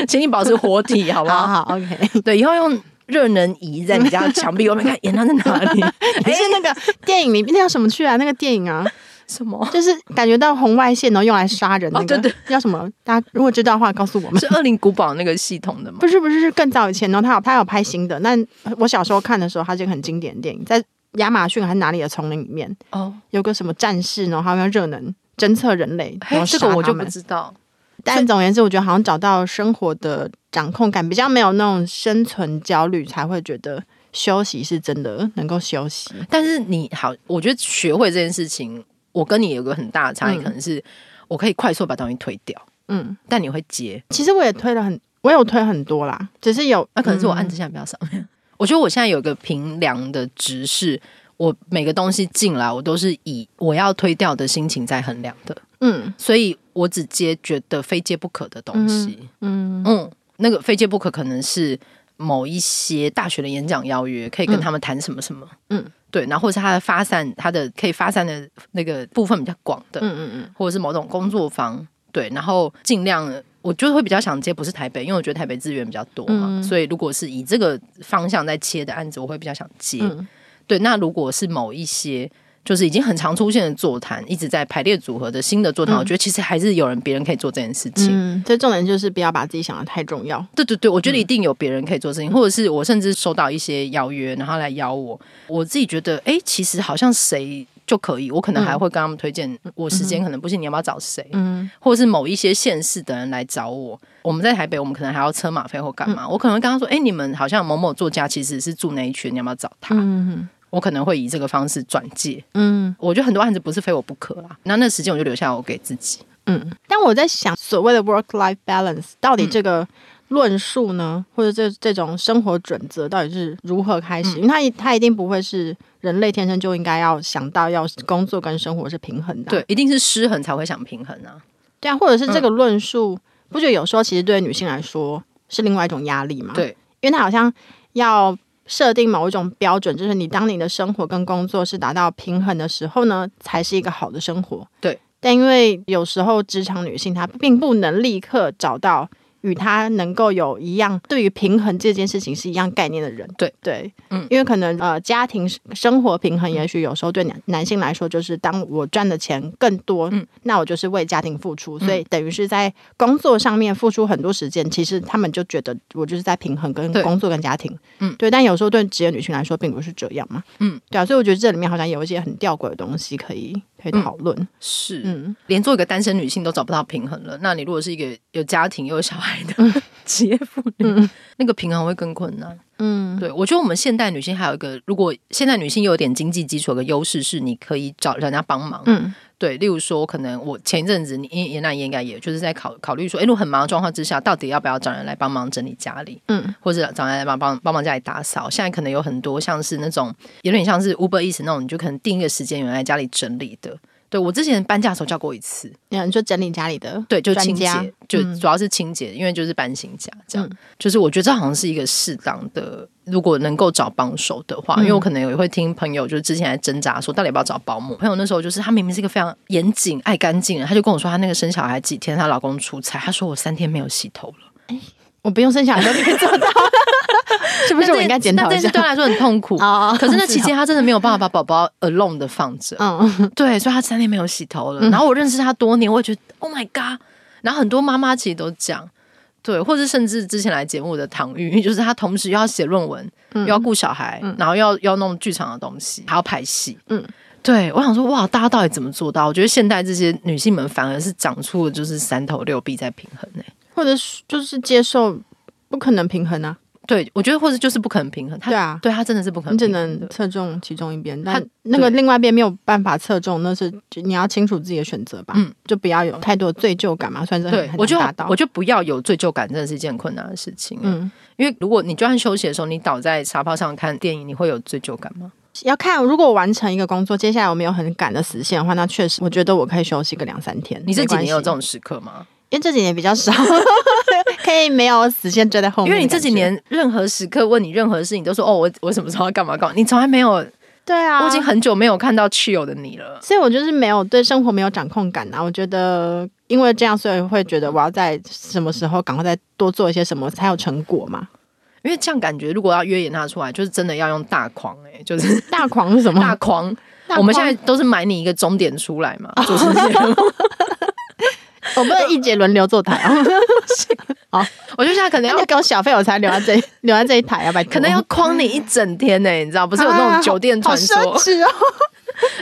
Speaker 2: 请你保持活体，好不
Speaker 3: 好
Speaker 2: 好？
Speaker 3: 好 OK。
Speaker 2: 对，以后用热能仪在你家墙壁外面看严娜在哪 里。哎
Speaker 3: 可是那个电影里面那叫什么去啊？那个电影啊，
Speaker 2: 什么？
Speaker 3: 就是感觉到红外线，然后用来杀人那个，
Speaker 2: 哦对对
Speaker 3: 叫什么？大家如果知道的话，告诉我们。
Speaker 2: 是恶灵古堡那个系统的吗？
Speaker 3: 不是不是，是更早以前，然后他有他有拍新的。那我小时候看的时候，它是一个很经典的电影，在亚马逊还是哪里的丛林里面，
Speaker 2: 哦，
Speaker 3: 有个什么战士，然后他们用热能侦测人类，然
Speaker 2: 嘿，
Speaker 3: 后
Speaker 2: 这
Speaker 3: 杀
Speaker 2: 个我就
Speaker 3: 他
Speaker 2: 不
Speaker 3: 们。
Speaker 2: 知道。
Speaker 3: 但总而言之，我觉得好像找到生活的掌控感，比较没有那种生存焦虑，才会觉得休息是真的能够休息。
Speaker 2: 但是你好，我觉得学会这件事情，我跟你有个很大的差异，
Speaker 3: 嗯
Speaker 2: 可能是我可以快速把东西推掉，
Speaker 3: 嗯，
Speaker 2: 但你会接，
Speaker 3: 其实我也推了很，我有推很多啦，只是有
Speaker 2: 啊那、可能是我按
Speaker 3: 嗯
Speaker 2: 之下比较上面。我觉得我现在有一个平量的值是，我每个东西进来，我都是以我要推掉的心情在衡量的，
Speaker 3: 嗯
Speaker 2: 所以我只接觉得非接不可的东西。
Speaker 3: 嗯
Speaker 2: 嗯那个非接不可可能是某一些大学的演讲邀约，可以跟他们谈什么什么。
Speaker 3: 嗯
Speaker 2: 对，然后或是他的发散，他的可以发散的那个部分比较广的，
Speaker 3: 嗯嗯
Speaker 2: 或者是某种工作坊，对，然后尽量我就会比较想接不是台北，因为我觉得台北资源比较多嘛，
Speaker 3: 嗯
Speaker 2: 所以如果是以这个方向在切的案子，我会比较想接。
Speaker 3: 嗯
Speaker 2: 对，那如果是某一些就是已经很常出现的座谈，一直在排列组合的新的座谈，
Speaker 3: 嗯
Speaker 2: 我觉得其实还是有人别人可以做这件事情。
Speaker 3: 嗯，最重点就是不要把自己想的太重要。
Speaker 2: 对对对，我觉得一定有别人可以做事情，或者是我甚至收到一些邀约，然后来邀我，我自己觉得，哎，其实好像谁就可以，我可能还会跟他们推荐，我时间可能不行，你要不要找谁？
Speaker 3: 嗯
Speaker 2: 或者是某一些县市的人来找我，我们在台北，我们可能还要车马费或干
Speaker 3: 嗯
Speaker 2: 嘛，我可能会跟他说，哎，你们好像某某作家其实是住那一区，你要不要找他？
Speaker 3: 嗯
Speaker 2: 我可能会以这个方式转介。
Speaker 3: 嗯
Speaker 2: 我觉得很多案子不是非我不可啦，那那时间我就留下我给自己。
Speaker 3: 嗯。但我在想，所谓的 work life balance 到底这个论述呢，或者这这种生活准则到底是如何开始？因为它一它一定不会是人类天生就应该要想到要工作跟生活是平衡的啊、
Speaker 2: 对，一定是失衡才会想平衡啊。
Speaker 3: 对啊，或者是这个论述，不觉得有时候其实对女性来说是另外一种压力吗？
Speaker 2: 对，
Speaker 3: 因为它好像要设定某一种标准，就是你当你的生活跟工作是达到平衡的时候呢，才是一个好的生活。
Speaker 2: 对，
Speaker 3: 但因为有时候职场女性她并不能立刻找到。与他能够有一样对于平衡这件事情是一样概念的人。
Speaker 2: 对
Speaker 3: 对，
Speaker 2: 嗯
Speaker 3: 因为可能呃家庭生活平衡，也许有时候对男男性来说，就是当我赚的钱更多，
Speaker 2: 嗯
Speaker 3: 那我就是为家庭付出，所以等于是在工作上面付出很多时间。其实他们就觉得我就是在平衡跟
Speaker 2: 对
Speaker 3: 工作跟家庭。
Speaker 2: 嗯
Speaker 3: 对，但有时候对职业女性来说，并不是这样嘛。
Speaker 2: 嗯，
Speaker 3: 对啊，所以我觉得这里面好像有一些很吊诡的东西可以可以讨论。
Speaker 2: 是，
Speaker 3: 嗯
Speaker 2: 连做一个单身女性都找不到平衡了，那你如果是一个有家庭又有小孩的 职业妇女，那个平衡会更困难。
Speaker 3: 嗯
Speaker 2: 对我觉得我们现代女性还有一个，如果现代女性又有点经济基础的优势，是你可以找人家帮忙。
Speaker 3: 嗯
Speaker 2: 对，例如说，可能我前一阵子，你也也那也应该也就是在考考虑说，哎，如果很忙的状况之下，到底要不要找人来帮忙整理家里？
Speaker 3: 嗯
Speaker 2: 或者找人来帮帮帮忙家里打扫。现在可能有很多像是那种有点像是 Uber Eats 那种，你就可能定一个时间有人来家里整理的。对我之前搬家的时候叫过一次，
Speaker 3: 嗯，你说整理家里的，
Speaker 2: 对，就
Speaker 3: 专
Speaker 2: 清洁
Speaker 3: 家，
Speaker 2: 就
Speaker 3: 嗯
Speaker 2: 主要是清洁，因为就是搬新家这样。
Speaker 3: 嗯
Speaker 2: 就是我觉得这好像是一个适当的，如果能够找帮手的话，
Speaker 3: 嗯
Speaker 2: 因为我可能也会听朋友就是之前还挣扎说到底要不要找保姆。朋友那时候就是她明明是一个非常严谨、爱干净的人，她就跟我说她那个生小孩几天，她老公出差，她说我三天没有洗头了。
Speaker 3: 我不用生小孩都可以做 到，是
Speaker 2: 但
Speaker 3: 不是
Speaker 2: 这
Speaker 3: 我应该检
Speaker 2: 但
Speaker 3: 讨
Speaker 2: 这
Speaker 3: 一
Speaker 2: 件事
Speaker 3: 下？
Speaker 2: 对她来说很痛苦
Speaker 3: 哦
Speaker 2: 可是那期间，她真的没有办法把宝宝 alone 的放着，
Speaker 3: 嗯，
Speaker 2: 对，所以她三天没有洗头了。然后我认识她多年，我也觉得 Oh my God！然后很多妈妈其实都讲，对，或者甚至之前来节目的唐玉， 就是她同时又要写论文，
Speaker 3: 嗯
Speaker 2: 又要顾小孩，然后又要又要弄剧场的东西，还要拍戏，
Speaker 3: 嗯
Speaker 2: 嗯。对，我想说，哇，大家到底怎么做到？我觉得现代这些女性们反而是长出了就是三头六臂在平衡欸呢、
Speaker 3: 或者是就是接受不可能平衡啊，
Speaker 2: 对，我觉得或者就是不可能平衡，她
Speaker 3: 对啊，
Speaker 2: 对她真的是不可能
Speaker 3: 你只
Speaker 2: 平衡
Speaker 3: 能
Speaker 2: 的
Speaker 3: 侧重其中一边，但
Speaker 2: 他
Speaker 3: 那个
Speaker 2: 对
Speaker 3: 另外一边没有办法侧重，那是就你要清楚自己的选择吧，
Speaker 2: 嗯，
Speaker 3: 就不要有太多罪疚感嘛，算是很
Speaker 2: 对
Speaker 3: 很，难
Speaker 2: 我觉
Speaker 3: 达
Speaker 2: 得
Speaker 3: 到
Speaker 2: 我觉得不要有罪疚感，真的是一件很困难的事情。嗯，
Speaker 3: 嗯，
Speaker 2: 因为如果你就算休息的时候，你倒在沙发上看电影，你会有罪疚感吗？
Speaker 3: 要看如果我完成一个工作，接下来我没有很赶的实现的话，那确实我觉得我可以休息个两三天。
Speaker 2: 你这
Speaker 3: 没
Speaker 2: 几
Speaker 3: 关
Speaker 2: 年有
Speaker 3: 系
Speaker 2: 这种时刻吗？
Speaker 3: 因为这几年比较少， 可以没有死线追在后
Speaker 2: 因
Speaker 3: 面哦的感觉。
Speaker 2: 为你这几年任何时刻问你任何事情，你都说哦，我我什么时候要干嘛干嘛，你从来没有，我
Speaker 3: 对啊，
Speaker 2: 已经很久没有看到 chill 的你了。
Speaker 3: 所以我就是没有对生活没有掌控感啊。我觉得因为这样，所以会觉得我要在什么时候赶快再多做一些什么才有成果嘛。
Speaker 2: 因为这样感觉，如果要约演他出来，就是真的要用大框哎、就是
Speaker 3: 大狂是什么？
Speaker 2: 大框。
Speaker 3: 嗯大
Speaker 2: 我们现
Speaker 3: 狂
Speaker 2: 在都是买你一个终点出来 嘛，主持节目。
Speaker 3: 我不能一节轮流坐台 啊，
Speaker 2: 我觉得现在可能
Speaker 3: 人
Speaker 2: 要
Speaker 3: 家给我小费，我才留在这 留在这一台啊，拜托。
Speaker 2: 可能要框你一整天呢、你知道，不
Speaker 3: 不
Speaker 2: 是有那种酒店传说，
Speaker 3: 啊好奢侈哦。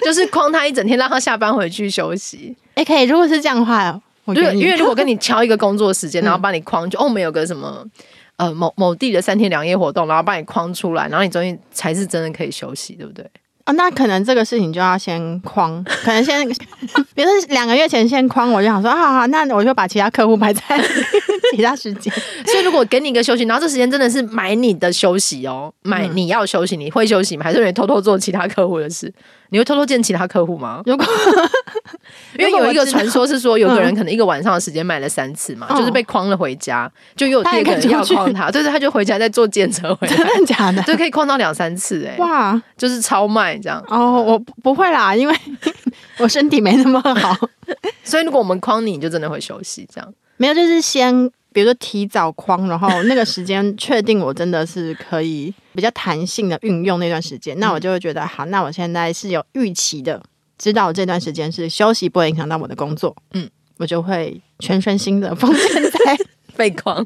Speaker 2: 就是框他一整天，让他下班回去休息。
Speaker 3: 哎，可以，如果是这样的话，我嗯
Speaker 2: 因
Speaker 3: 愿
Speaker 2: 为
Speaker 3: 意
Speaker 2: 因为如果 跟你敲一个工作时间，然后把你框就、哦，我们有个什么呃某某地的三天两夜活动，然后把你框出来，然后你终于才是真的可以休息，对不对？
Speaker 3: 哦，那可能这个事情就要先框，可 能先，比如说两个月前先框，我就想说，啊好好，那我就把其他客户排在其他时 间。
Speaker 2: 所以如果给你一个休息，然后这时间真的是买你的休息哦，买
Speaker 3: 嗯
Speaker 2: 你要休息，你会休息吗？还是你偷偷做其他客户的事？你会偷偷见其他客户吗？
Speaker 3: 如果
Speaker 2: 因为有一个传说是说，有个人
Speaker 3: 嗯
Speaker 2: 可能一个晚上的时间买了三次嘛，
Speaker 3: 嗯
Speaker 2: 就是被框了回家，就又有
Speaker 3: 他
Speaker 2: 第
Speaker 3: 也
Speaker 2: 二个
Speaker 3: 可以
Speaker 2: 人要
Speaker 3: 出去
Speaker 2: 框他，对对，他就回家再坐电车回来，
Speaker 3: 真的假的？
Speaker 2: 对，可以框到两三次哎、
Speaker 3: 哇，
Speaker 2: 就是超卖这样。
Speaker 3: 哦，我不不会啦，因为 我身体没那么好，
Speaker 2: 所以如果我们框你，你就真的会休息这样。
Speaker 3: 没有，就是先。比如说提早框，然后那个时间确定我真的是可以比较弹性的运用那段时间，那 我就会觉得好，那我现在是有预期的，知道我这段时间是休息不会影响到我的工作，嗯
Speaker 2: 嗯，
Speaker 3: 我就会全身心的奉献在
Speaker 2: 被框，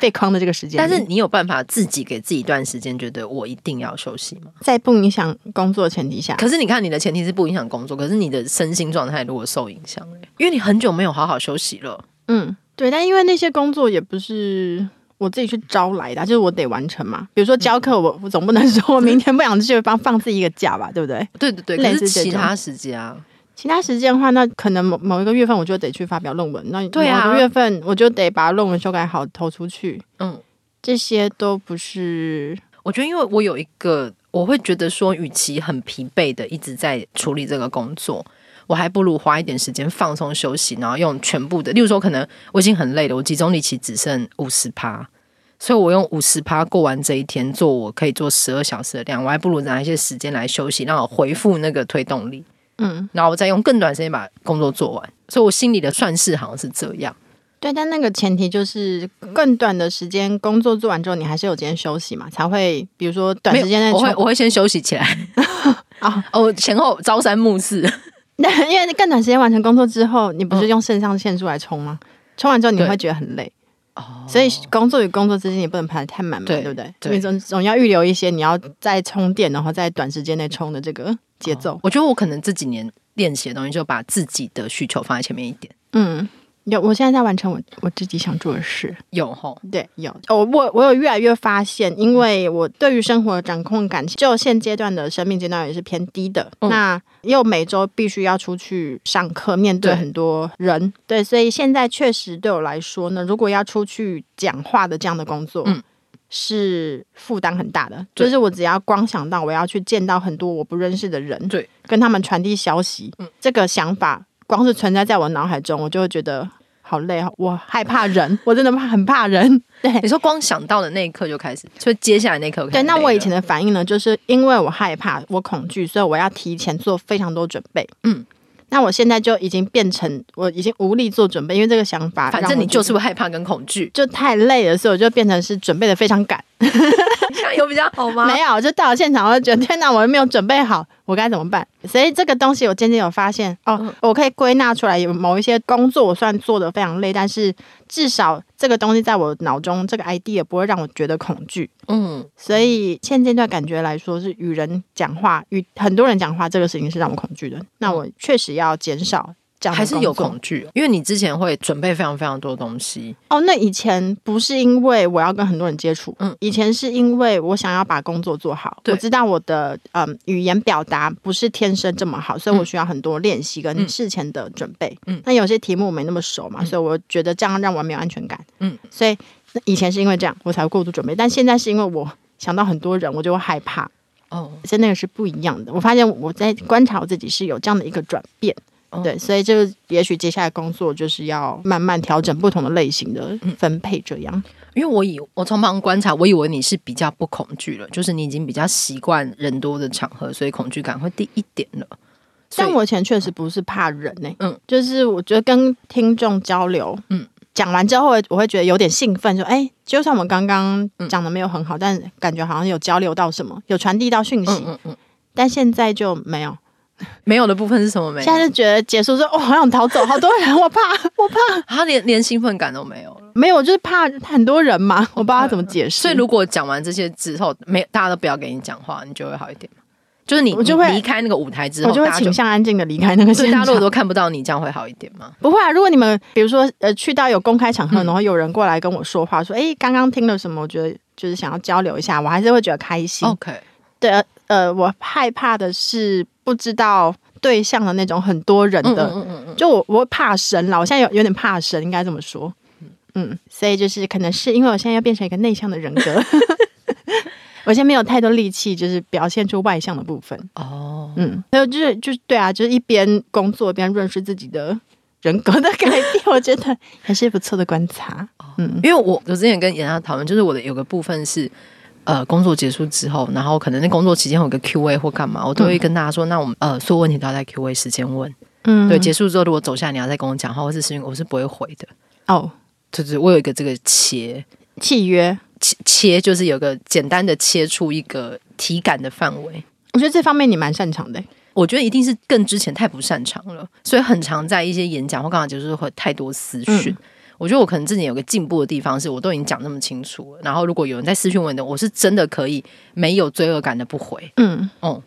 Speaker 3: 被框的这个 时间里，
Speaker 2: 但是你有办法自己给自己一段时间，觉得我一定要休息吗？
Speaker 3: 在不影响工作的前提下，
Speaker 2: 可是你看，你的前提是不影响工作，可是你的身心状态如果受影响、欸，因为你很久没有好好休息了，
Speaker 3: 嗯，对，但因为那些工作也不是我自己去招来的啊，就是我得完成嘛。比如说教课我，我总不能说我明天不想去，帮放自己一个假吧，对不对？
Speaker 2: 对对对，
Speaker 3: 类
Speaker 2: 可
Speaker 3: 似
Speaker 2: 是
Speaker 3: 这种
Speaker 2: 其他时间啊，
Speaker 3: 其他时间的话，那可能某某一个月份我就得去发表论文，那
Speaker 2: 对啊
Speaker 3: 某个月份我就得把论文修改好投出去，
Speaker 2: 嗯，
Speaker 3: 这些都不是。
Speaker 2: 我觉得，因为我有一个，我会觉得说，与其很疲惫的一直在处理这个工作，我还不如花一点时间放松休息，然后用全部的，例如说，可能我已经很累了，我集中力其实只剩五十趴，所以我用五十趴过完这一天，做我可以做十二小时的量，我还不如拿一些时间来休息，让我回复那个推动力，
Speaker 3: 嗯，
Speaker 2: 然后我再用更短时间把工作做完。所以我心里的算式好像是这样。
Speaker 3: 对，但那个前提就是更短的时间工作做完之后，你还是有时间休息嘛，才会比如说短
Speaker 2: 没有
Speaker 3: 时间内
Speaker 2: 我会
Speaker 3: 冲
Speaker 2: 我会先休息起 来。
Speaker 3: 啊，
Speaker 2: 哦，前后朝三暮四，
Speaker 3: 那 因为更短时间完成工作之后，你不
Speaker 2: 嗯
Speaker 3: 是用肾上腺素来冲吗？冲完之后你
Speaker 2: 对
Speaker 3: 会觉得很累，
Speaker 2: 哦
Speaker 3: 所以工作与工作之间也不能排得太满嘛，
Speaker 2: 对
Speaker 3: 对不对？
Speaker 2: 对
Speaker 3: 你总总要预留一些你要再充电，然后在短时间内冲的这个节奏。
Speaker 2: 我觉得我可能这几年练习的东西，就把自己的需求放在前面一点。
Speaker 3: 嗯，有，我现在在完成我我自己想做的事。
Speaker 2: 有吼，
Speaker 3: 对，有我我我有越来越发现，
Speaker 2: 嗯
Speaker 3: 因为我对于生活的掌控感，就现阶段的生命阶段也是偏低的。
Speaker 2: 嗯
Speaker 3: 那又每周必须要出去上课，面对
Speaker 2: 对
Speaker 3: 很多人，对，所以现在确实对我来说呢，如果要出去讲话的这样的工作，
Speaker 2: 嗯
Speaker 3: 是负担很大的，
Speaker 2: 对
Speaker 3: 就是我只要光想到我要去见到很多我不认识的人，
Speaker 2: 对，
Speaker 3: 跟他们传递消息，
Speaker 2: 嗯
Speaker 3: 这个想法光是存在在我脑海中，我就会觉得好累，哦我害怕人，我真的怕很 怕人。对
Speaker 2: 你说光想到的那一刻就开始，所以接下来那一刻我开
Speaker 3: 对，
Speaker 2: 始
Speaker 3: 那
Speaker 2: 累
Speaker 3: 我以
Speaker 2: 了
Speaker 3: 前的反应呢，就是因为我害怕，我恐惧，所以我要提前做非常多准备。
Speaker 2: 嗯。
Speaker 3: 那我现在就已经变成，我已经无力做准备，因为这个想法让我觉
Speaker 2: 反
Speaker 3: 得，
Speaker 2: 正你就是会害怕跟恐惧，
Speaker 3: 就太累了，所以我就变成是准备的非常赶。
Speaker 2: 这样有比较好吗？
Speaker 3: 没有，就到了现场，我就觉得天哪，我又没有准备好，我该怎么办？所以这个东西我渐渐有发现哦，
Speaker 2: 嗯
Speaker 3: 我可以归纳出来，有某一些工作我虽然做的非常累，但是至少这个东西在我脑中，这个 idea 不会让我觉得恐惧。
Speaker 2: 嗯，
Speaker 3: 所以现阶段感觉来说，是与人讲话，与很多人讲话这个事情是让我恐惧的。那我确实要减少这样
Speaker 2: 嗯
Speaker 3: 的
Speaker 2: 还是有
Speaker 3: 工作
Speaker 2: 恐惧，因为你之前会准备非常非常多东西，
Speaker 3: 哦，那以前不是因为我要跟很多人接触，嗯
Speaker 2: 嗯，
Speaker 3: 以前是因为我想要把工作做好。
Speaker 2: 对
Speaker 3: 我知道我的嗯语言表达不是天生这么好，所以我
Speaker 2: 嗯
Speaker 3: 需要很多练习跟
Speaker 2: 嗯
Speaker 3: 事前的准备。嗯
Speaker 2: 嗯，
Speaker 3: 那有些题目我没那么熟嘛，所以我觉得这样让我没有安全感。嗯
Speaker 2: 嗯，
Speaker 3: 所以那以前是因为这样我才过度准备，但现在是因为我想到很多人，我就会害怕，
Speaker 2: 哦，
Speaker 3: 所以那个是不一样的。我发现我在观察我自己是有这样的一个转变。
Speaker 2: 哦
Speaker 3: 对，所以这个也许接下来工作就是要慢慢调整不同的类型的
Speaker 2: 嗯
Speaker 3: 分配，这样。
Speaker 2: 因为我以我从旁观察，我以为你是比较不恐惧了，就是你已经比较习惯人多的场合，所以恐惧感会低一点了。所以
Speaker 3: 但我以前确实不是怕人呢、嗯
Speaker 2: 嗯，
Speaker 3: 就是我觉得跟听众交流，嗯
Speaker 2: 嗯，
Speaker 3: 讲完之后我会觉得有点兴奋，说哎、就算我们刚刚
Speaker 2: 嗯
Speaker 3: 讲的没有很好，但感觉好像有交流到什么，有传递到讯息，
Speaker 2: 嗯嗯嗯，
Speaker 3: 但现在就没有。
Speaker 2: 没有的部分是什么没有？
Speaker 3: 现在就觉得结束之后，哦，好想逃走，好多人，我怕，我怕，
Speaker 2: 他啊连连兴奋感都没有了。
Speaker 3: 没有，我就是怕很多人嘛，我不知道怎么解释。
Speaker 2: 嗯所以如果讲完这些之后，没大家都不要给你讲话，你就会好一点嘛。就是你
Speaker 3: 我就会
Speaker 2: 你离开那个舞台之
Speaker 3: 我
Speaker 2: 后，
Speaker 3: 就会
Speaker 2: 大家
Speaker 3: 倾向安静的离开那个
Speaker 2: 所
Speaker 3: 现
Speaker 2: 以大
Speaker 3: 场
Speaker 2: 家。如果都看不到你，这样会好一点吗？
Speaker 3: 不会啊，如果你们比如说呃去到有公开场
Speaker 2: 嗯
Speaker 3: 合，然后有人过来跟我说话，说哎刚刚听了什么，我觉得就是想要交流一下，我还是会觉得开心。
Speaker 2: OK，
Speaker 3: 对，呃呃，我害怕的是不知道对象的那种很多人
Speaker 2: 嗯
Speaker 3: 的，
Speaker 2: 嗯嗯嗯
Speaker 3: 就我我会怕神啦，我现在有有点怕神，应该这么说。嗯，所以就是可能是因为我现在要变成一个内向的人格， 我现在没有太多力气，就是表现出外向的部分。
Speaker 2: 嗯，哦，
Speaker 3: 嗯，还有就是就是对啊，就是一边工作一边认识自己的人格的 改变，我觉得还是不错的观察。嗯
Speaker 2: 因为我我之前跟妍娜讨论，就是我的有个部分是，呃，工作结束之后，然后可能那工作期间有个 Q&A 或干嘛，我都会跟大家说，那我们呃所有问题都要在 Q&A 时间问。
Speaker 3: 嗯，
Speaker 2: 对，结束之后如果走下来你要再跟我讲话或是私信，我是不会回的。
Speaker 3: 哦，
Speaker 2: 对对，我有一个这个切
Speaker 3: 契约，
Speaker 2: 切切，就是有个简单的切出一个体感的范围。
Speaker 3: 我觉得这方面你蛮擅长的。
Speaker 2: 我觉得一定是更之前太不擅长了，所以很常在一些演讲或干嘛，就是会太多私
Speaker 3: 嗯
Speaker 2: 讯。我觉得我可能自己有个进步的地方是，我都已经讲那么清楚了。然后如果有人在私讯我的，我是真的可以没有罪恶感的不回。
Speaker 3: 嗯，
Speaker 2: 哦、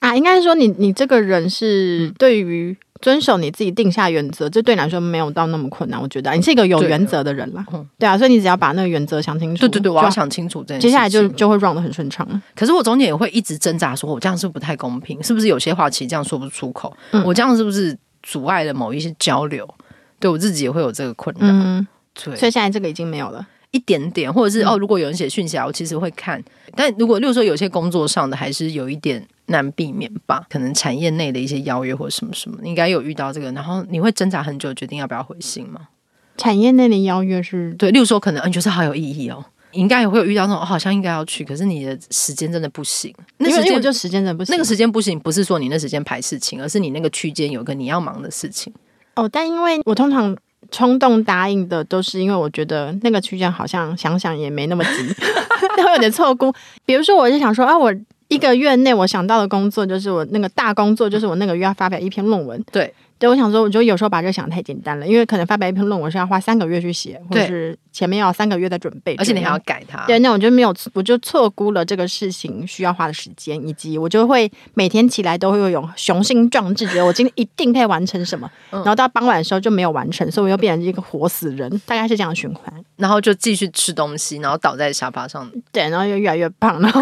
Speaker 3: 啊，应该是说你你这个人
Speaker 2: 嗯
Speaker 3: 是对于遵守你自己定下原则，这对你来说没有到那么困难。我觉得你是一个有
Speaker 2: 对
Speaker 3: 原则的人啦
Speaker 2: 嗯，
Speaker 3: 对啊，所以你只要把那个原则想清楚，
Speaker 2: 对对对，我要
Speaker 3: 就好。
Speaker 2: 想清楚这件事情。
Speaker 3: 接下来就就会 run 的很顺畅了。
Speaker 2: 可是我中间也会一直挣扎，说我这样是不是不太公平？是不是有些话其实这样说不出口？
Speaker 3: 嗯
Speaker 2: 我这样是不是阻碍了某一些交流？对我自己也会有这个困扰。
Speaker 3: 嗯，
Speaker 2: 对，
Speaker 3: 所以现在这个已经没有了。
Speaker 2: 一点点，或者
Speaker 3: 嗯
Speaker 2: 是哦，如果有人写讯息来，我其实会看。但如果例如说有些工作上的，还是有一点难避免吧。可能产业内的一些邀约或什么什么，你应该有遇到这个，然后你会挣扎很久，决定要不要回信吗？
Speaker 3: 产业内的邀约是
Speaker 2: 对，例如说可能、嗯、你觉得好有意义哦，你应该也会有遇到那种、哦、好像应该要去，可是你的时间真的不行。那
Speaker 3: 因为
Speaker 2: 时
Speaker 3: 因为我
Speaker 2: 间
Speaker 3: 就时间真的不行，
Speaker 2: 那个时间不行，不是说你那时间排事情，而是你那个区间有一个你要忙的事情。
Speaker 3: 哦，但因为我通常冲动答应的，都是因为我觉得那个区间好像想想也没那么急， 但会有点错估。比如说，我就想说啊，我一个月内我想到的工作就是我那个大工作，就是我那个月要发表一篇论文。
Speaker 2: 对，
Speaker 3: 对我想说，我就有时候把这个想得太简单了，因为可能发表一篇论文是要花三个月去写，或者
Speaker 2: 对
Speaker 3: 是前面要三个月在准备，
Speaker 2: 而且你
Speaker 3: 这
Speaker 2: 还
Speaker 3: 样
Speaker 2: 要改它。
Speaker 3: 对，那我就没有，我就错估了这个事情需要花的时间，以及我就会每天起来都会有一种雄心壮志，觉得我今天一定可以完成 什么，
Speaker 2: 嗯
Speaker 3: 然后到傍晚的时候就没有完成，所以我又变成一个活死人，大概是这样的循环。
Speaker 2: 然后就继续吃东西，然后倒在沙发 上。
Speaker 3: 对，然后又越来越胖，然后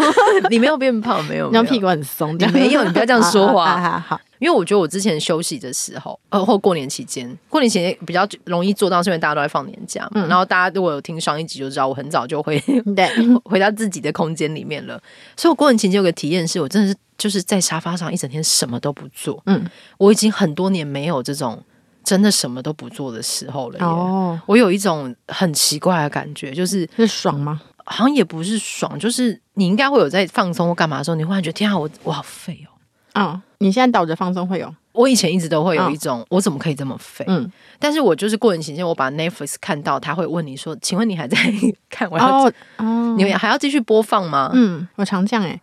Speaker 2: 你 没有变胖，没有，
Speaker 3: 然后
Speaker 2: 没有
Speaker 3: 屁股很松，
Speaker 2: 你没有你不要这样说话
Speaker 3: 啊啊啊啊好，
Speaker 2: 因为我觉得我之前休息的时候，呃，或过年期间，过年期间比较容易做到，是因为大家都在放年假嘛。
Speaker 3: 嗯
Speaker 2: 然后大家如果有听上一集就知道，我很早就会
Speaker 3: 对，
Speaker 2: 回到自己的空间里面了。所以我过年期间有个体验是，我真的是就是在沙发上一整天什么都不做。
Speaker 3: 嗯，
Speaker 2: 我已经很多年没有这种真的什么都不做的时候了耶。
Speaker 3: 哦，
Speaker 2: 我有一种很奇怪的感觉，就是
Speaker 3: 是爽吗？
Speaker 2: 好像也不是爽，就是你应该会有在放松或干嘛的时候，你忽然觉得天啊，我我好废哦。
Speaker 3: 嗯，你现在倒着放松会有，
Speaker 2: 我以前一直都会有
Speaker 3: 嗯
Speaker 2: 一种，我怎么可以这么废？
Speaker 3: 嗯，
Speaker 2: 但是我就是过年期间，我把 Netflix 看到，他会问你说：“请问你还在 看？我要、
Speaker 3: 哦哦，
Speaker 2: 你们还要继续播放吗？”
Speaker 3: 嗯，我常这样哎、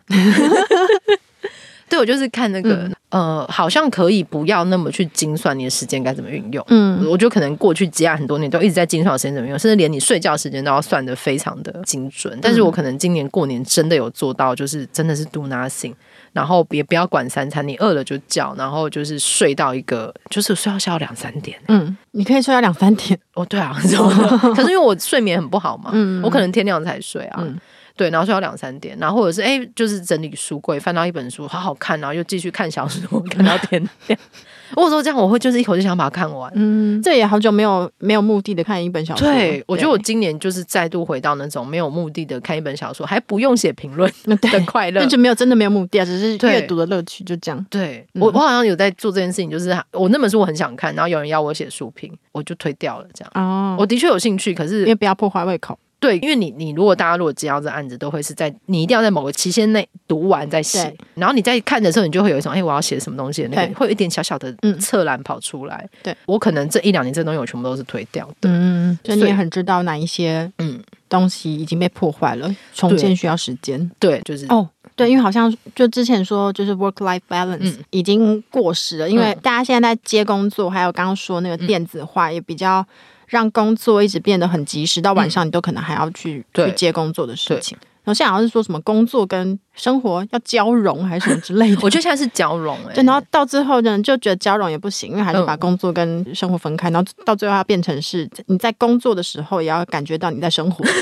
Speaker 2: 对，我就是看那
Speaker 3: 嗯
Speaker 2: 个、呃，好像可以不要那么去精算你的时间该怎么运用。
Speaker 3: 嗯，
Speaker 2: 我就可能过去积压很多年，都一直在精算我时间怎么用，甚至连你睡觉时间都要算的非常的精
Speaker 3: 嗯
Speaker 2: 准。但是我可能今年过年真的有做到，就是真的是 do nothing，然后别不要管三餐，你饿了就叫，然后就是睡到一个，就是睡到下午两三点。
Speaker 3: 嗯，你可以睡到两三点，
Speaker 2: 哦，对啊， 你知道吗 可是因为我睡眠很不好嘛，
Speaker 3: 嗯
Speaker 2: 我可能天亮才睡啊。
Speaker 3: 嗯
Speaker 2: 对，然后睡到两三点，然后或者是哎，就是整理书柜，翻到一本书，好好看，啊然后又继续看小说， 看到天亮。如果说这样，我会就是一口气想把它看完。
Speaker 3: 嗯，这也好久没有没有目的的看一本小说了。
Speaker 2: 对，我觉得我今年就是再度回到那种没有目的的看一本小说，还不用写评论
Speaker 3: 那 对
Speaker 2: 的快乐
Speaker 3: 那。就没有真的没有目的啊，只是
Speaker 2: 对
Speaker 3: 阅读的乐趣，就这样。
Speaker 2: 对
Speaker 3: 嗯
Speaker 2: 我，我好像有在做这件事情，就是我那本书我很想看，然后有人要我写书评，我就推掉了。这样，
Speaker 3: 哦，
Speaker 2: 我的确有兴趣，可
Speaker 3: 因
Speaker 2: 是
Speaker 3: 为不要破坏胃口。
Speaker 2: 对，因为你你如果大家如果接到这案子，都会是在你一定要在某个期限内读完再写
Speaker 3: 对，
Speaker 2: 然后你在看的时候，你就会有一种哎，我要写什么东西的那
Speaker 3: 对
Speaker 2: 个，会有一点小小的
Speaker 3: 嗯
Speaker 2: 侧栏跑出来。
Speaker 3: 对
Speaker 2: 我可能这一两年这东西我全部都是推掉的。
Speaker 3: 嗯，就你
Speaker 2: 所以
Speaker 3: 也很知道哪一些
Speaker 2: 嗯，
Speaker 3: 东西已经被破坏了，重建
Speaker 2: 对
Speaker 3: 需要时间。
Speaker 2: 对，就是
Speaker 3: 哦，对，因为好像就之前说，就是 work life balance
Speaker 2: 嗯
Speaker 3: 已经过时了，因为
Speaker 2: 嗯
Speaker 3: 大家现在在接工作，还有刚刚说那个电子化，也比较让工作一直变得很及时，到晚上你都可能还要去去
Speaker 2: 对
Speaker 3: 接工作的事
Speaker 2: 对
Speaker 3: 情。然后现在好像是说什么工作跟生活要交融还是什么之类的，
Speaker 2: 我觉得现在是交融哎、
Speaker 3: 对，然后到最后呢，就觉得交融也不行，因为还是把
Speaker 2: 嗯
Speaker 3: 工作跟生活分开，然后到最后要变成是你在工作的时候也要感觉到你 在生活。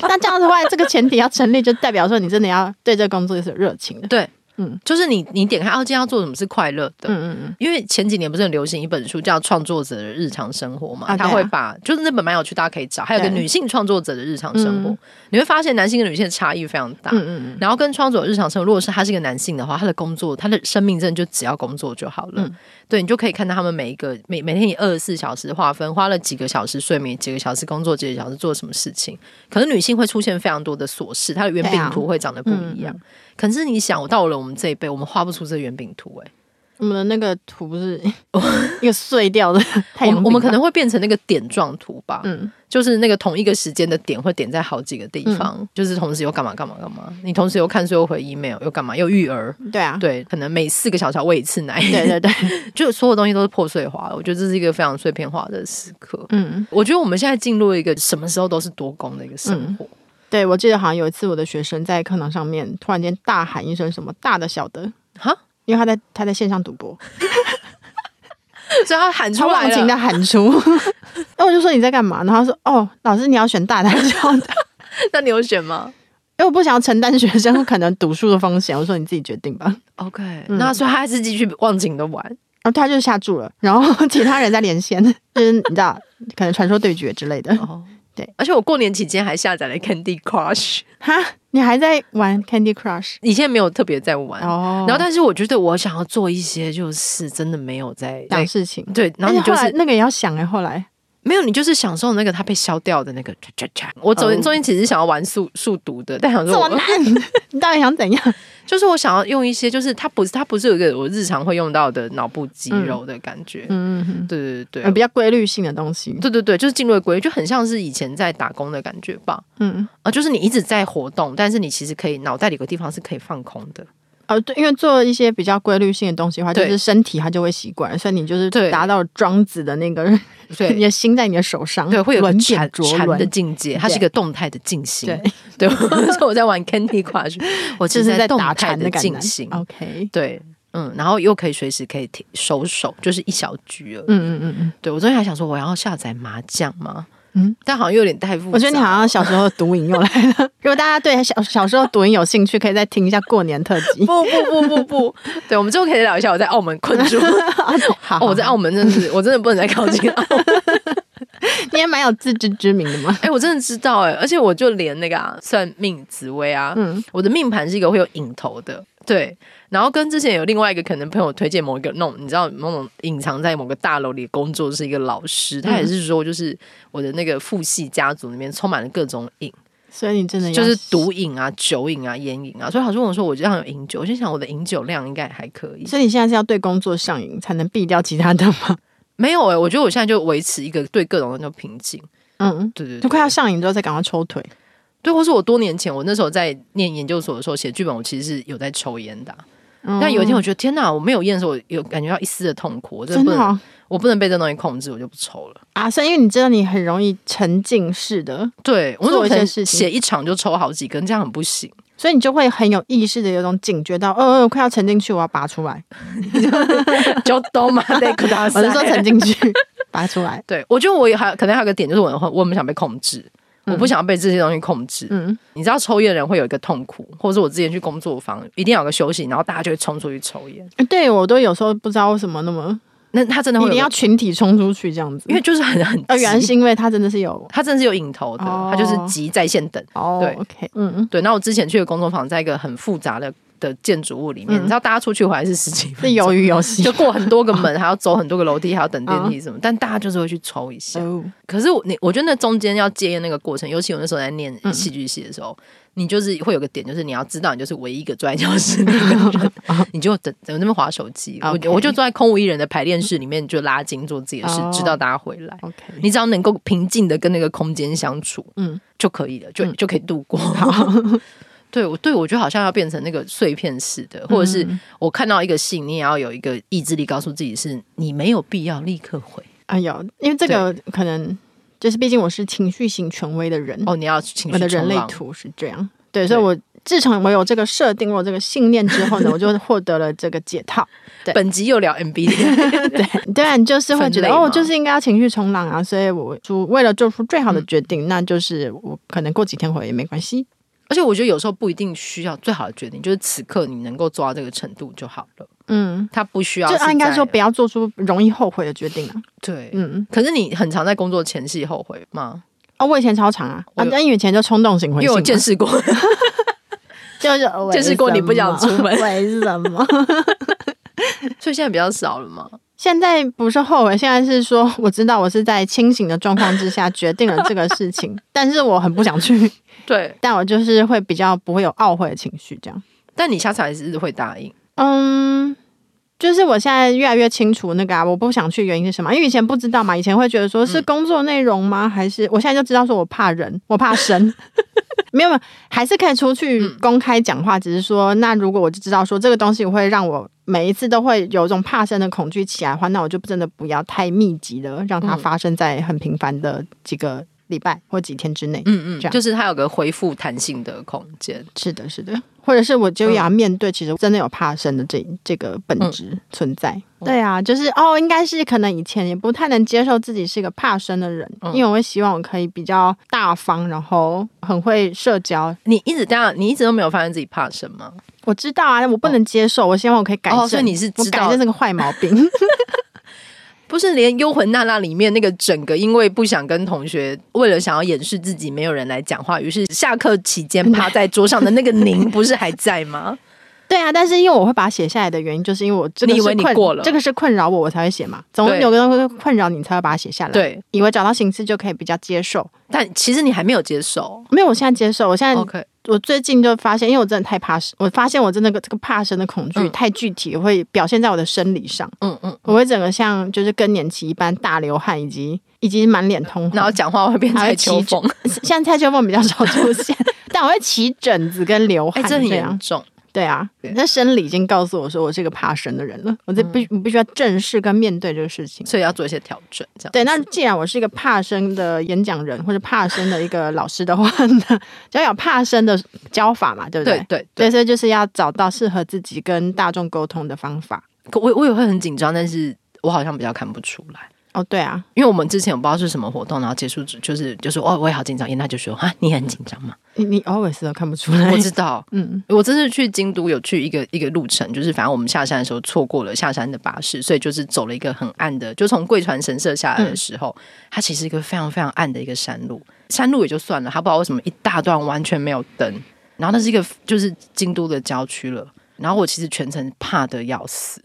Speaker 3: 那这样的话，这个前提要成立，就代表说你真的要对这个工作是有热情的。
Speaker 2: 对，
Speaker 3: 嗯
Speaker 2: 嗯，就是你你点开哦，今天要做什么是快乐的。
Speaker 3: 嗯嗯嗯，
Speaker 2: 因为前几年不是很流行一本书叫《创作者的日常生活》嘛，
Speaker 3: 啊对
Speaker 2: 他
Speaker 3: 啊
Speaker 2: 会把就是那本蛮有趣，大家可以找。还有个
Speaker 3: 对
Speaker 2: 女性创作者的日常生活
Speaker 3: 嗯，
Speaker 2: 你会发现男性跟女性的差异非常大。
Speaker 3: 嗯嗯嗯，
Speaker 2: 然后跟创作者日常生活，如果是他是一个男性的话，他的工作，他的生命真的就只要工作就好了。
Speaker 3: 嗯
Speaker 2: 对你就可以看到他们每一个每每天以二十四小时划分，花了几个小时睡眠，几个小时工作，几个小时做什么事情。可能女性会出现非常多的琐事，她的圆
Speaker 3: 对
Speaker 2: 饼
Speaker 3: 啊
Speaker 2: 图会长得不一样。可是你想，到了我们这一辈，我们画不出这圆饼图、欸，
Speaker 3: 我们的那个图不是 一个碎掉的太
Speaker 2: 我
Speaker 3: 阳
Speaker 2: 们
Speaker 3: 饼
Speaker 2: 我们可
Speaker 3: 吧
Speaker 2: 能会变成那个点状图吧，
Speaker 3: 嗯
Speaker 2: 就是那个同一个时间的点会点在好几个地方，就是同时又干嘛干嘛干嘛，你同时又看书又回 email 又干嘛又育儿，
Speaker 3: 对啊，
Speaker 2: 对，可能每四个小时要喂一次奶，
Speaker 3: 对对对，
Speaker 2: 就所有东西都是破碎化的。我觉得这是一个非常碎片化的时刻。
Speaker 3: 嗯。
Speaker 2: 我觉得我们现在进入一个什么时候都是多工的一个生
Speaker 3: 嗯
Speaker 2: 活，
Speaker 3: 对，我记得好像有一次我的学生在课堂上面突然间大喊一声什么大的小的，
Speaker 2: 哈，
Speaker 3: 因为他在他在线上赌博，
Speaker 2: 所以他喊出
Speaker 3: 超
Speaker 2: 来
Speaker 3: 忘情
Speaker 2: 了，
Speaker 3: 的喊 出，然后我就说你在干嘛？然后他说哦，老师你要选大的还是小 的？
Speaker 2: 那你有选吗
Speaker 3: 因为我不想要承担学生可能读书的风险，我说你自己决定吧。
Speaker 2: ？OK，、
Speaker 3: 嗯
Speaker 2: 那所以他还是继续忘情的玩。
Speaker 3: 然后他就下注了，然后其他人在连线， 就是你知道，可能传说对决之类的。
Speaker 2: 哦，
Speaker 3: 对，
Speaker 2: 而且我过年期间还下载了 Candy Crush，
Speaker 3: 哈，你还在玩 Candy Crush
Speaker 2: 以前没有特别在玩。
Speaker 3: 哦？
Speaker 2: 然后，但是我觉得我想要做一些，就是真的没有在
Speaker 3: 讲
Speaker 2: 在
Speaker 3: 事情，
Speaker 2: 对，然后你
Speaker 3: 而且
Speaker 2: 就
Speaker 3: 后来
Speaker 2: 是
Speaker 3: 那个也要想哎，后来
Speaker 2: 没有，你就是享受那个它被消掉的那个嚓嚓嚓。我昨
Speaker 3: 哦
Speaker 2: 天中间其实想要玩数数独的，但想
Speaker 3: 这
Speaker 2: 说
Speaker 3: 么
Speaker 2: 我
Speaker 3: 难， 你到底想怎样？
Speaker 2: 就是我想要用一些，就是它不是它不是有一个我日常会用到的脑部肌肉的感觉。
Speaker 3: 嗯嗯
Speaker 2: 对对对
Speaker 3: 嗯，呃比较规律性的东西。
Speaker 2: 对对对，就是进入了规律，就很像是以前在打工的感觉吧。
Speaker 3: 嗯，
Speaker 2: 啊、就是你一直在活动，但是你其实可以脑袋里有个地方是可以放空 的。
Speaker 3: 哦，对，因为做一些比较规律性的东西的话，就
Speaker 2: 对
Speaker 3: 是身体它就会习惯，所以你就是
Speaker 2: 对
Speaker 3: 达到庄子的那个， 你
Speaker 2: 对
Speaker 3: 的心在你的手上，
Speaker 2: 对，会有个
Speaker 3: 轮
Speaker 2: 禅
Speaker 3: 点着
Speaker 2: 禅的
Speaker 3: 轮，
Speaker 2: 境界，它是一
Speaker 3: 对
Speaker 2: 个动态的进行。
Speaker 3: 对， 哦
Speaker 2: 对，所以我在玩 Candy Crush，我
Speaker 3: 就
Speaker 2: 其
Speaker 3: 是
Speaker 2: 实
Speaker 3: 在
Speaker 2: 动
Speaker 3: 打
Speaker 2: 态
Speaker 3: 禅的感
Speaker 2: 进
Speaker 3: 觉哦
Speaker 2: 行。。
Speaker 3: OK，
Speaker 2: 对，嗯，然后又可以随时可以停收手，就是一小局而已。
Speaker 3: 嗯嗯嗯嗯，
Speaker 2: 对我昨天还想说，我要下载麻将吗？
Speaker 3: 嗯
Speaker 2: 嗯，但好像有点太复杂。
Speaker 3: 我觉得你好像小时候的毒瘾又来了。如果大家对小小时候毒瘾有兴趣，可以再听一下过年特 辑。
Speaker 2: 不不不不 不，对，我们之后可以聊一下我在澳门困住。
Speaker 3: 好，
Speaker 2: 哦我在澳门真的是，我真的不能再靠近澳门。
Speaker 3: 你也蛮有自知之明的 嘛。
Speaker 2: 哎、我真的知道哎、而且我就连那个、啊、算命紫薇啊，
Speaker 3: 嗯
Speaker 2: 我的命盘是一个会有影头的，对。然后跟之前有另外一个可能朋友推荐某一个那种，你知道某种隐藏在某个大楼里工作是一个老师，他
Speaker 3: 嗯
Speaker 2: 也是说就是我的那个父系家族里面充满了各种瘾，
Speaker 3: 所以你真的要
Speaker 2: 就是毒瘾啊、酒瘾啊、烟瘾啊。所以他说我说我这样有饮酒，我就想我的饮酒量应该还可以。
Speaker 3: 所以你现在是要对工作上瘾，才能避掉其他的吗？
Speaker 2: 没有哎、我觉得我现在就维持一个对各种东西都平静，
Speaker 3: 嗯，
Speaker 2: 对对
Speaker 3: 就
Speaker 2: 对，
Speaker 3: 快要上瘾之后再赶快抽腿。
Speaker 2: 对，或是我多年前我那时候在念研究所的时候写剧本，我其实是有在抽烟的啊、但有一天我觉得天哪，我没有烟的时候，我有感觉到一丝的痛苦，我
Speaker 3: 嗯
Speaker 2: 真的不
Speaker 3: 哦真的
Speaker 2: 能，
Speaker 3: 哦
Speaker 2: 我不能被这东西控制，我就不抽了。
Speaker 3: 啊，所以因为你知道你很容易沉浸式的，
Speaker 2: 对，我
Speaker 3: 做
Speaker 2: 那时候可
Speaker 3: 一些
Speaker 2: 能
Speaker 3: 事情
Speaker 2: 写一场就抽好几根，这样很不行。
Speaker 3: 所以你就会很有意识的有种警觉到，哦哦，快要沉进去，我要拔出来。
Speaker 2: 就都 嘛得可大
Speaker 3: 我是说沉进 去，拔出来。
Speaker 2: 对，我觉得我也还可能还有个点就是我很我很不想被控制，我不想要被这些东西控制。
Speaker 3: 嗯，
Speaker 2: 你知道抽烟的人会有一个痛苦，或者是我之前去工作坊一定要有个休息，然后大家就会冲出去抽烟。
Speaker 3: 对我都有时候不知道为什么那么
Speaker 2: 那他真的
Speaker 3: 一
Speaker 2: 会有
Speaker 3: 定
Speaker 2: 个
Speaker 3: 要群体冲出去这样子，
Speaker 2: 因为就是很很
Speaker 3: 呃，原来
Speaker 2: 急
Speaker 3: 是因为他真的 是有
Speaker 2: 他真的是有瘾头的，
Speaker 3: 哦
Speaker 2: 他就是急在线等。
Speaker 3: 哦
Speaker 2: 对
Speaker 3: ，OK，嗯嗯，
Speaker 2: 对，那我之前去的工作坊在一个很复杂的的建筑物里面，
Speaker 3: 嗯
Speaker 2: 你知道大家出去回来是十几
Speaker 3: 是
Speaker 2: 分
Speaker 3: 鱿
Speaker 2: 钟，
Speaker 3: 鱼游戏嗯
Speaker 2: 就过很多 个门，还要走很多个楼梯，还要等电梯什么，但大家就是会去抽一下。
Speaker 3: 哦，
Speaker 2: 可是我你我觉得那中间要戒烟那个过程，尤其我那时候在念
Speaker 3: 嗯
Speaker 2: 戏剧系的时候，你就是会有个点，就是你要知道你就是唯一一个坐在教室里的人， 你就等等那边划手机。我
Speaker 3: 嗯啊 OK
Speaker 2: 我就坐在空无一人的排练室里面，就拉筋做自己的事
Speaker 3: 哦，
Speaker 2: 直到大家回来。
Speaker 3: OK，
Speaker 2: 你只要能够平静的跟那个空间相处，
Speaker 3: 嗯
Speaker 2: 嗯，就可以了，就、
Speaker 3: 嗯
Speaker 2: 就可以度过。 对，我对我觉得好像要变成那个碎片式的，或者是
Speaker 3: 嗯
Speaker 2: 我看到一个信，你也要有一个意志力，告诉自己是你没有必要立刻回
Speaker 3: 哎呦，因为这个可能就是，毕竟我是情绪型权威的人，
Speaker 2: 哦，你要情
Speaker 3: 嗯我
Speaker 2: 绪
Speaker 3: 的人
Speaker 2: 冲
Speaker 3: 类
Speaker 2: 浪
Speaker 3: 图是这样。对，所以我自从我有这个设定，我有这个信念之 后呢，我就获得了这个解套。对
Speaker 2: 本集又聊 MBTI，
Speaker 3: 对，当然就是会觉得
Speaker 2: 分类嘛
Speaker 3: 哦，就是应该要情绪冲浪啊，所以我就为了做出最
Speaker 2: 嗯
Speaker 3: 好的决定，那就是我可能过几天回也没关系。
Speaker 2: 而且我觉得有时候不一定需要最好的决定，就是此刻你能够做到这个程度就好了，
Speaker 3: 嗯，
Speaker 2: 他不需要
Speaker 3: 就是
Speaker 2: 在。
Speaker 3: 啊，应该说不要做出容易后悔的决定啊。
Speaker 2: 对，
Speaker 3: 嗯，
Speaker 2: 可是你很常在工作前夕后悔吗？
Speaker 3: 哦，我以前超常啊，
Speaker 2: 我
Speaker 3: 啊，
Speaker 2: 有
Speaker 3: 但以前就冲动型
Speaker 2: 因
Speaker 3: 回
Speaker 2: 为我
Speaker 3: 信
Speaker 2: 见
Speaker 3: 嘛，
Speaker 2: 识过，
Speaker 3: 就是哦
Speaker 2: 见识过你不想出门
Speaker 3: 为什么为什么？
Speaker 2: 所以现在比较少了嘛。
Speaker 3: 现在不是后悔，现在是说我知道我是在清醒的状况之下决定了这个事情， 但是我很不想去，
Speaker 2: 对，
Speaker 3: 但我就是会比较不会有懊悔的情绪这样。
Speaker 2: 但你下次还是会答应，
Speaker 3: 嗯，就是我现在越来越清楚那个啊，我不想去原因是什么，因为以前不知道嘛，以前会觉得说是工作内容吗？还是我现在就知道说我怕人，我怕神。 没有，没有，还是可以出去公开讲话，只是说，那如果我就知道说这个东西会让我每一次都会有一种怕生的恐惧起来的话，那我就真的不要太密集的让它
Speaker 2: 嗯
Speaker 3: 发生在很频繁的几个礼拜或几天之内。
Speaker 2: 嗯
Speaker 3: 这样
Speaker 2: 就是它有个恢复弹性的空间。
Speaker 3: 是的，是的，或者是我
Speaker 2: 嗯
Speaker 3: 就要面对，其实真的有怕生的这这个本质存在。
Speaker 2: 嗯
Speaker 3: 对啊，就是哦，应该是可能以前也不太能接受自己是一个怕生的人，
Speaker 2: 嗯
Speaker 3: 因为我会希望我可以比较大方，然后很会社交。
Speaker 2: 你一直这样，你一直都没有发现自己怕什么？
Speaker 3: 我知道啊，我不能接受，我希望我可以改正。
Speaker 2: 哦所以你是
Speaker 3: 我
Speaker 2: 知道
Speaker 3: 改正这个坏毛病。
Speaker 2: 不是连《幽魂娜娜》里面那个整个因为不想跟同学，为了想要掩饰自己，没有人来讲话，于是下课期间趴在桌上的那个您，不是还在吗？
Speaker 3: 对啊，但是因为我会把它写下来的原因，就是因为我这个
Speaker 2: 你以为
Speaker 3: 是
Speaker 2: 你
Speaker 3: 困
Speaker 2: 过了
Speaker 3: 这个是困扰我，我才会写嘛。总
Speaker 2: 对
Speaker 3: 有个东西困扰你，才会把它写下 来。，
Speaker 2: 对，
Speaker 3: 以为找到形式就可以比较接受，
Speaker 2: 但其实你还没有接受。
Speaker 3: 没有，我现在接受，我现在
Speaker 2: OK，
Speaker 3: 我最近就发现，因为我真的太怕生，我发现我真的这个这个怕生的恐惧
Speaker 2: 嗯
Speaker 3: 太具体，会表现在我的生理上，
Speaker 2: 嗯嗯，
Speaker 3: 我会整个像就是更年期一般大流汗，以及以及满脸通
Speaker 2: 然后
Speaker 3: 红。
Speaker 2: 讲话会变
Speaker 3: 还
Speaker 2: 蔡
Speaker 3: 会
Speaker 2: 秋
Speaker 3: 起
Speaker 2: 风，
Speaker 3: 像蔡秋凤比较少出现， 但我会起疹子跟流
Speaker 2: 哎、
Speaker 3: 汗，
Speaker 2: 这很
Speaker 3: 样
Speaker 2: 严重。
Speaker 3: 对啊。
Speaker 2: 对嗯
Speaker 3: 那生理已经告诉我说，我是一个怕生的人了，我这必我必须要正视跟面对这个事情。
Speaker 2: 所以要做一些调整，这样
Speaker 3: 对，那既然我是一个怕生的演讲人或者怕生的一个老师的话呢， 就要有怕生的教法嘛，对不对
Speaker 2: 对？对对
Speaker 3: 对，所以就是要找到适合自己跟大众沟通的方法。
Speaker 2: 可我我也会很紧张，但是我好像比较看不出来，
Speaker 3: 哦，对啊，
Speaker 2: 因为我们之前我不知道是什么活动，然后结束之就是就是哦，我也好紧张，严娜就说啊，你也很紧张吗？
Speaker 3: 你你 always 都看不出 来
Speaker 2: 我。知道，
Speaker 3: 嗯，
Speaker 2: 我这次去京都有去一个一个路程，就是反正我们下山的时候错过了下山的巴士，所以就是走了一个很暗的，就从贵船神社下来的时候，它其实一个非常非常暗的一个山路，山路也就算了，它不知道为什么一大段完全没有灯，然后那是一个就是京都的郊区了，然后我其实全程怕的要死，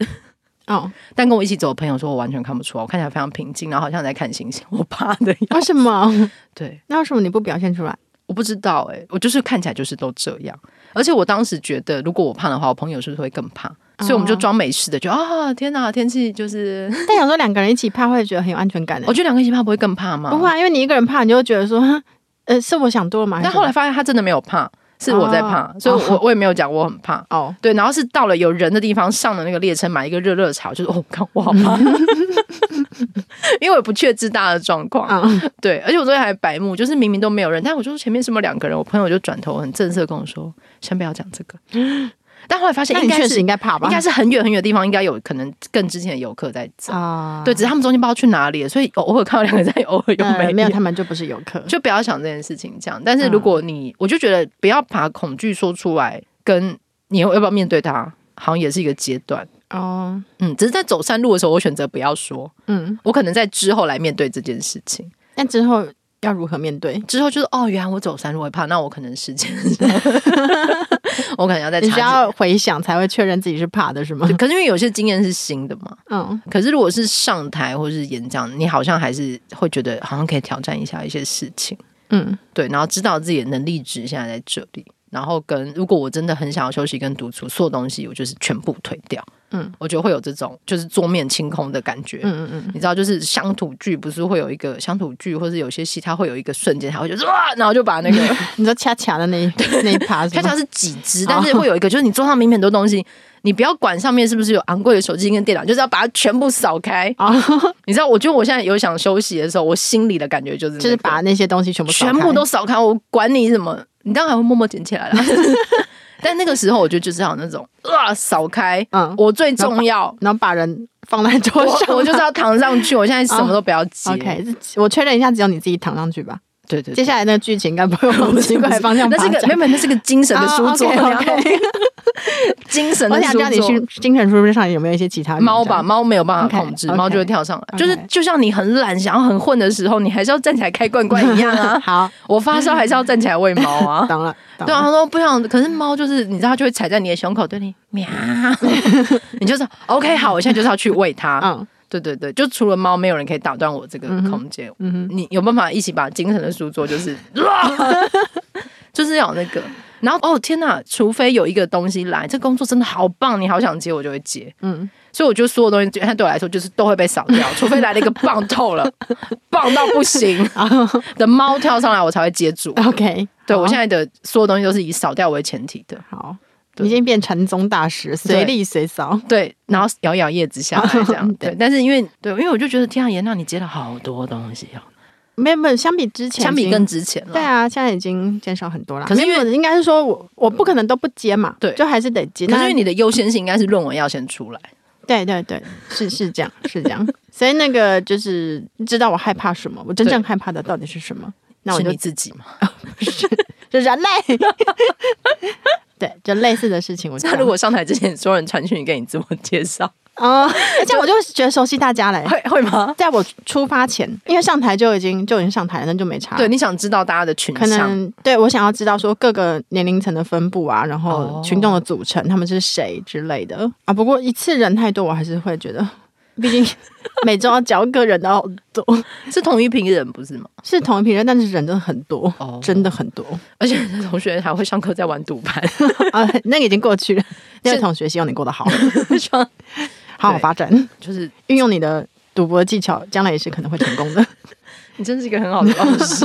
Speaker 3: 哦，
Speaker 2: 但跟我一起走的朋友说我完全看不出来，我看起来非常平静，然后好像在看星星，我怕的要
Speaker 3: 为什么？
Speaker 2: 对。
Speaker 3: 那为什么你不表现出来？
Speaker 2: 我不知道哎、我就是看起来就是都这样，而且我当时觉得，如果我怕的话，我朋友是不是会更怕？所以我们
Speaker 3: 哦
Speaker 2: 就装没事的，就啊天哪，天气就是，
Speaker 3: 但想说两个人一起怕会觉得很有安全感的、
Speaker 2: 我觉得两个一起怕不会更怕吗？
Speaker 3: 不会、。啊，因为你一个人怕，你就会觉得说， 哼呃，是我想多了嘛？还
Speaker 2: 但
Speaker 3: 是什么
Speaker 2: 后来发现他真的没有怕，是我在怕，
Speaker 3: 哦
Speaker 2: 所以我
Speaker 3: 哦
Speaker 2: 我也没有讲我很怕。
Speaker 3: 哦，
Speaker 2: 对，然后是到了有人的地方上了那个列车，买一个热热茶，我就是哦，看我好怕， 因为我也不确知大家的状况。
Speaker 3: 嗯，
Speaker 2: 对，而且我昨天还白目，就是明明都没有人，但我就说前面什么两个人，我朋友就转头很正色跟我说，先不要讲这个。但后来发现
Speaker 3: 那
Speaker 2: 应
Speaker 3: 你
Speaker 2: 该
Speaker 3: 确
Speaker 2: 是
Speaker 3: 实应该怕吧？
Speaker 2: 应该是很远很远的地方，应该有可能更之前的游客在走。
Speaker 3: 啊，
Speaker 2: 对，只是他们中间不知道去哪里了，所以偶尔看到两个在，偶尔又
Speaker 3: 呃
Speaker 2: 嗯没有。
Speaker 3: 没有，他们就不是游客。
Speaker 2: 就不要想这件事情这样。但是
Speaker 3: 嗯
Speaker 2: 如果你，我就觉得不要把恐惧说出来，跟你要不要面对它，好像也是一个阶段。
Speaker 3: 哦，
Speaker 2: 嗯，只是在走山路的时候，我选择不要说，
Speaker 3: 嗯，
Speaker 2: 我可能在之后来面对这件事情。
Speaker 3: 但之后要如何面对？
Speaker 2: 之后就是哦，原来我走山路会怕，那我可能时间 上， 我可能要再
Speaker 3: 你需
Speaker 2: 查
Speaker 3: 要回想才会确认自己是怕的，是吗
Speaker 2: 证。？可是因为有些经验是新的嘛，
Speaker 3: 嗯，
Speaker 2: 可是如果是上台或是演讲，你好像还是会觉得好像可以挑战一下一些事情，
Speaker 3: 嗯，
Speaker 2: 对，然后知道自己的能力值现在在这里，然后跟如果我真的很想要休息跟独处，所有东西我就是全部推掉，
Speaker 3: 嗯，
Speaker 2: 我觉得会有这种就是桌面清空的感觉，
Speaker 3: 嗯嗯嗯，
Speaker 2: 你知道，就是乡土剧不是会有一个乡土剧，或是有些戏，它会有一个瞬间，它会就是哇，然后就把那个。
Speaker 3: 你说恰恰的那一 那一趴是
Speaker 2: 恰
Speaker 3: 吗，
Speaker 2: 恰是几
Speaker 3: 哦
Speaker 2: 只，但是会有一个，就是你桌上明明很多东西，你不要管上面是不是有昂贵的手机跟电脑，就是要把它全部扫开。
Speaker 3: 啊，
Speaker 2: 你知道，我觉得我现在有想休息的时候，我心里的感觉就是、那个
Speaker 3: 就是把那些东西全部扫
Speaker 2: 全
Speaker 3: 开
Speaker 2: 部都扫开，我管你什么，你当然还会默默捡起来 了。但那个时候，我觉得就是要有那种啊，扫开，
Speaker 3: 嗯，
Speaker 2: 我最重 要，
Speaker 3: 然后把人放在桌
Speaker 2: 我
Speaker 3: 上吗，
Speaker 2: 我就是要躺上去，我现在什么都不要接。
Speaker 3: OK，是我确认一下，只有你自己躺上去吧。
Speaker 2: 对对对，
Speaker 3: 接下来那个剧情应该不会往奇怪的方向
Speaker 2: 那
Speaker 3: 发
Speaker 2: 是
Speaker 3: 展。
Speaker 2: 个没有没有那是个精神的书桌，
Speaker 3: o
Speaker 2: 然
Speaker 3: k
Speaker 2: 后
Speaker 3: o k
Speaker 2: 精神的
Speaker 3: 我
Speaker 2: 书
Speaker 3: 想知
Speaker 2: 桌。
Speaker 3: 道你去精神书上有没有一些其他文章
Speaker 2: 猫吧，？猫没有办法
Speaker 3: OK，
Speaker 2: 控制
Speaker 3: OK
Speaker 2: 猫就会跳上来。
Speaker 3: OK
Speaker 2: 就是就像你很懒，想要很混的时候，你还是要站起来开罐罐一样 啊。
Speaker 3: 好，
Speaker 2: 我发烧还是要站起来喂猫啊。
Speaker 3: 懂了，懂
Speaker 2: 对啊，
Speaker 3: 了。
Speaker 2: 他说不想，可是猫就是你知道，它就会踩在你的胸口，对你喵， 你就是 OK 好，我现在就是要去喂它。
Speaker 3: 嗯
Speaker 2: 对对对，就除了猫，没有人可以打断我这个
Speaker 3: 嗯哼
Speaker 2: 空间。
Speaker 3: 嗯哼，
Speaker 2: 你有办法一起把精神的书桌就是 就是要有那个。然后哦天哪，除非有一个东西来，这工作真的好棒，你好想接，我就会接。
Speaker 3: 嗯，
Speaker 2: 所以我觉得所有东西，它对我来说就是都会被扫 掉，除非来了一个棒透了，棒到不 行
Speaker 3: 哦
Speaker 2: 的猫跳上来，我才会接住。
Speaker 3: OK，
Speaker 2: 对我
Speaker 3: 好啊
Speaker 2: 现在的所有东西都是以扫掉为前提的。
Speaker 3: 好，
Speaker 2: 对
Speaker 3: 已经变禅宗大师，随力随扫。
Speaker 2: 对，然后摇摇叶子下来这 样。
Speaker 3: 对
Speaker 2: 对，但是因为对，因为我就觉得天啊，严娜你接了好多东西哦，
Speaker 3: 没有没有，相比之前已经，
Speaker 2: 相比更之前了。
Speaker 3: 对，啊，现在已经减少很多了。
Speaker 2: 可是因为
Speaker 3: 没有应该是说我我不可能都不接嘛，
Speaker 2: 对
Speaker 3: 就还是得接。
Speaker 2: 可是因
Speaker 3: 那
Speaker 2: 为你的优先性应该是论文要先出来。
Speaker 3: 对对对，是是这样，是这样。所以那个就是知道我害怕什么，我真正害怕的到底是什么？那我
Speaker 2: 是
Speaker 3: 就
Speaker 2: 你自己 嘛。
Speaker 3: 就人类， 对，就类似的事情我知道。
Speaker 2: 那如果上台之前所有人传讯你跟你自我介绍，
Speaker 3: 哦，而且我就觉得熟悉大家嘞。
Speaker 2: 会会吗？
Speaker 3: 在我出发前，因为上台就已经就已经上台了，那就没差。
Speaker 2: 对，，你想知道大家的群
Speaker 3: 可
Speaker 2: 像，
Speaker 3: 能对我想要知道说各个年龄层的分布啊，然后
Speaker 2: 哦
Speaker 3: 群众的组成，他们是谁之类的啊。不过一次人太多，我还是会觉得，毕竟 每周要教个人都好多，
Speaker 2: 是同一批人不是吗？
Speaker 3: 是同一批人，但是人真的很多，
Speaker 2: 哦
Speaker 3: 真的很多
Speaker 2: 而且同学还会上课在玩赌 盘，
Speaker 3: 啊。那个已经过去了，那位
Speaker 2: 是
Speaker 3: 同学希望你过 得好，
Speaker 2: 希望
Speaker 3: 好好发展，
Speaker 2: 就是
Speaker 3: 运用你的赌博技巧，将来也是可能会成功的。
Speaker 2: 你真是一个很好的老 师。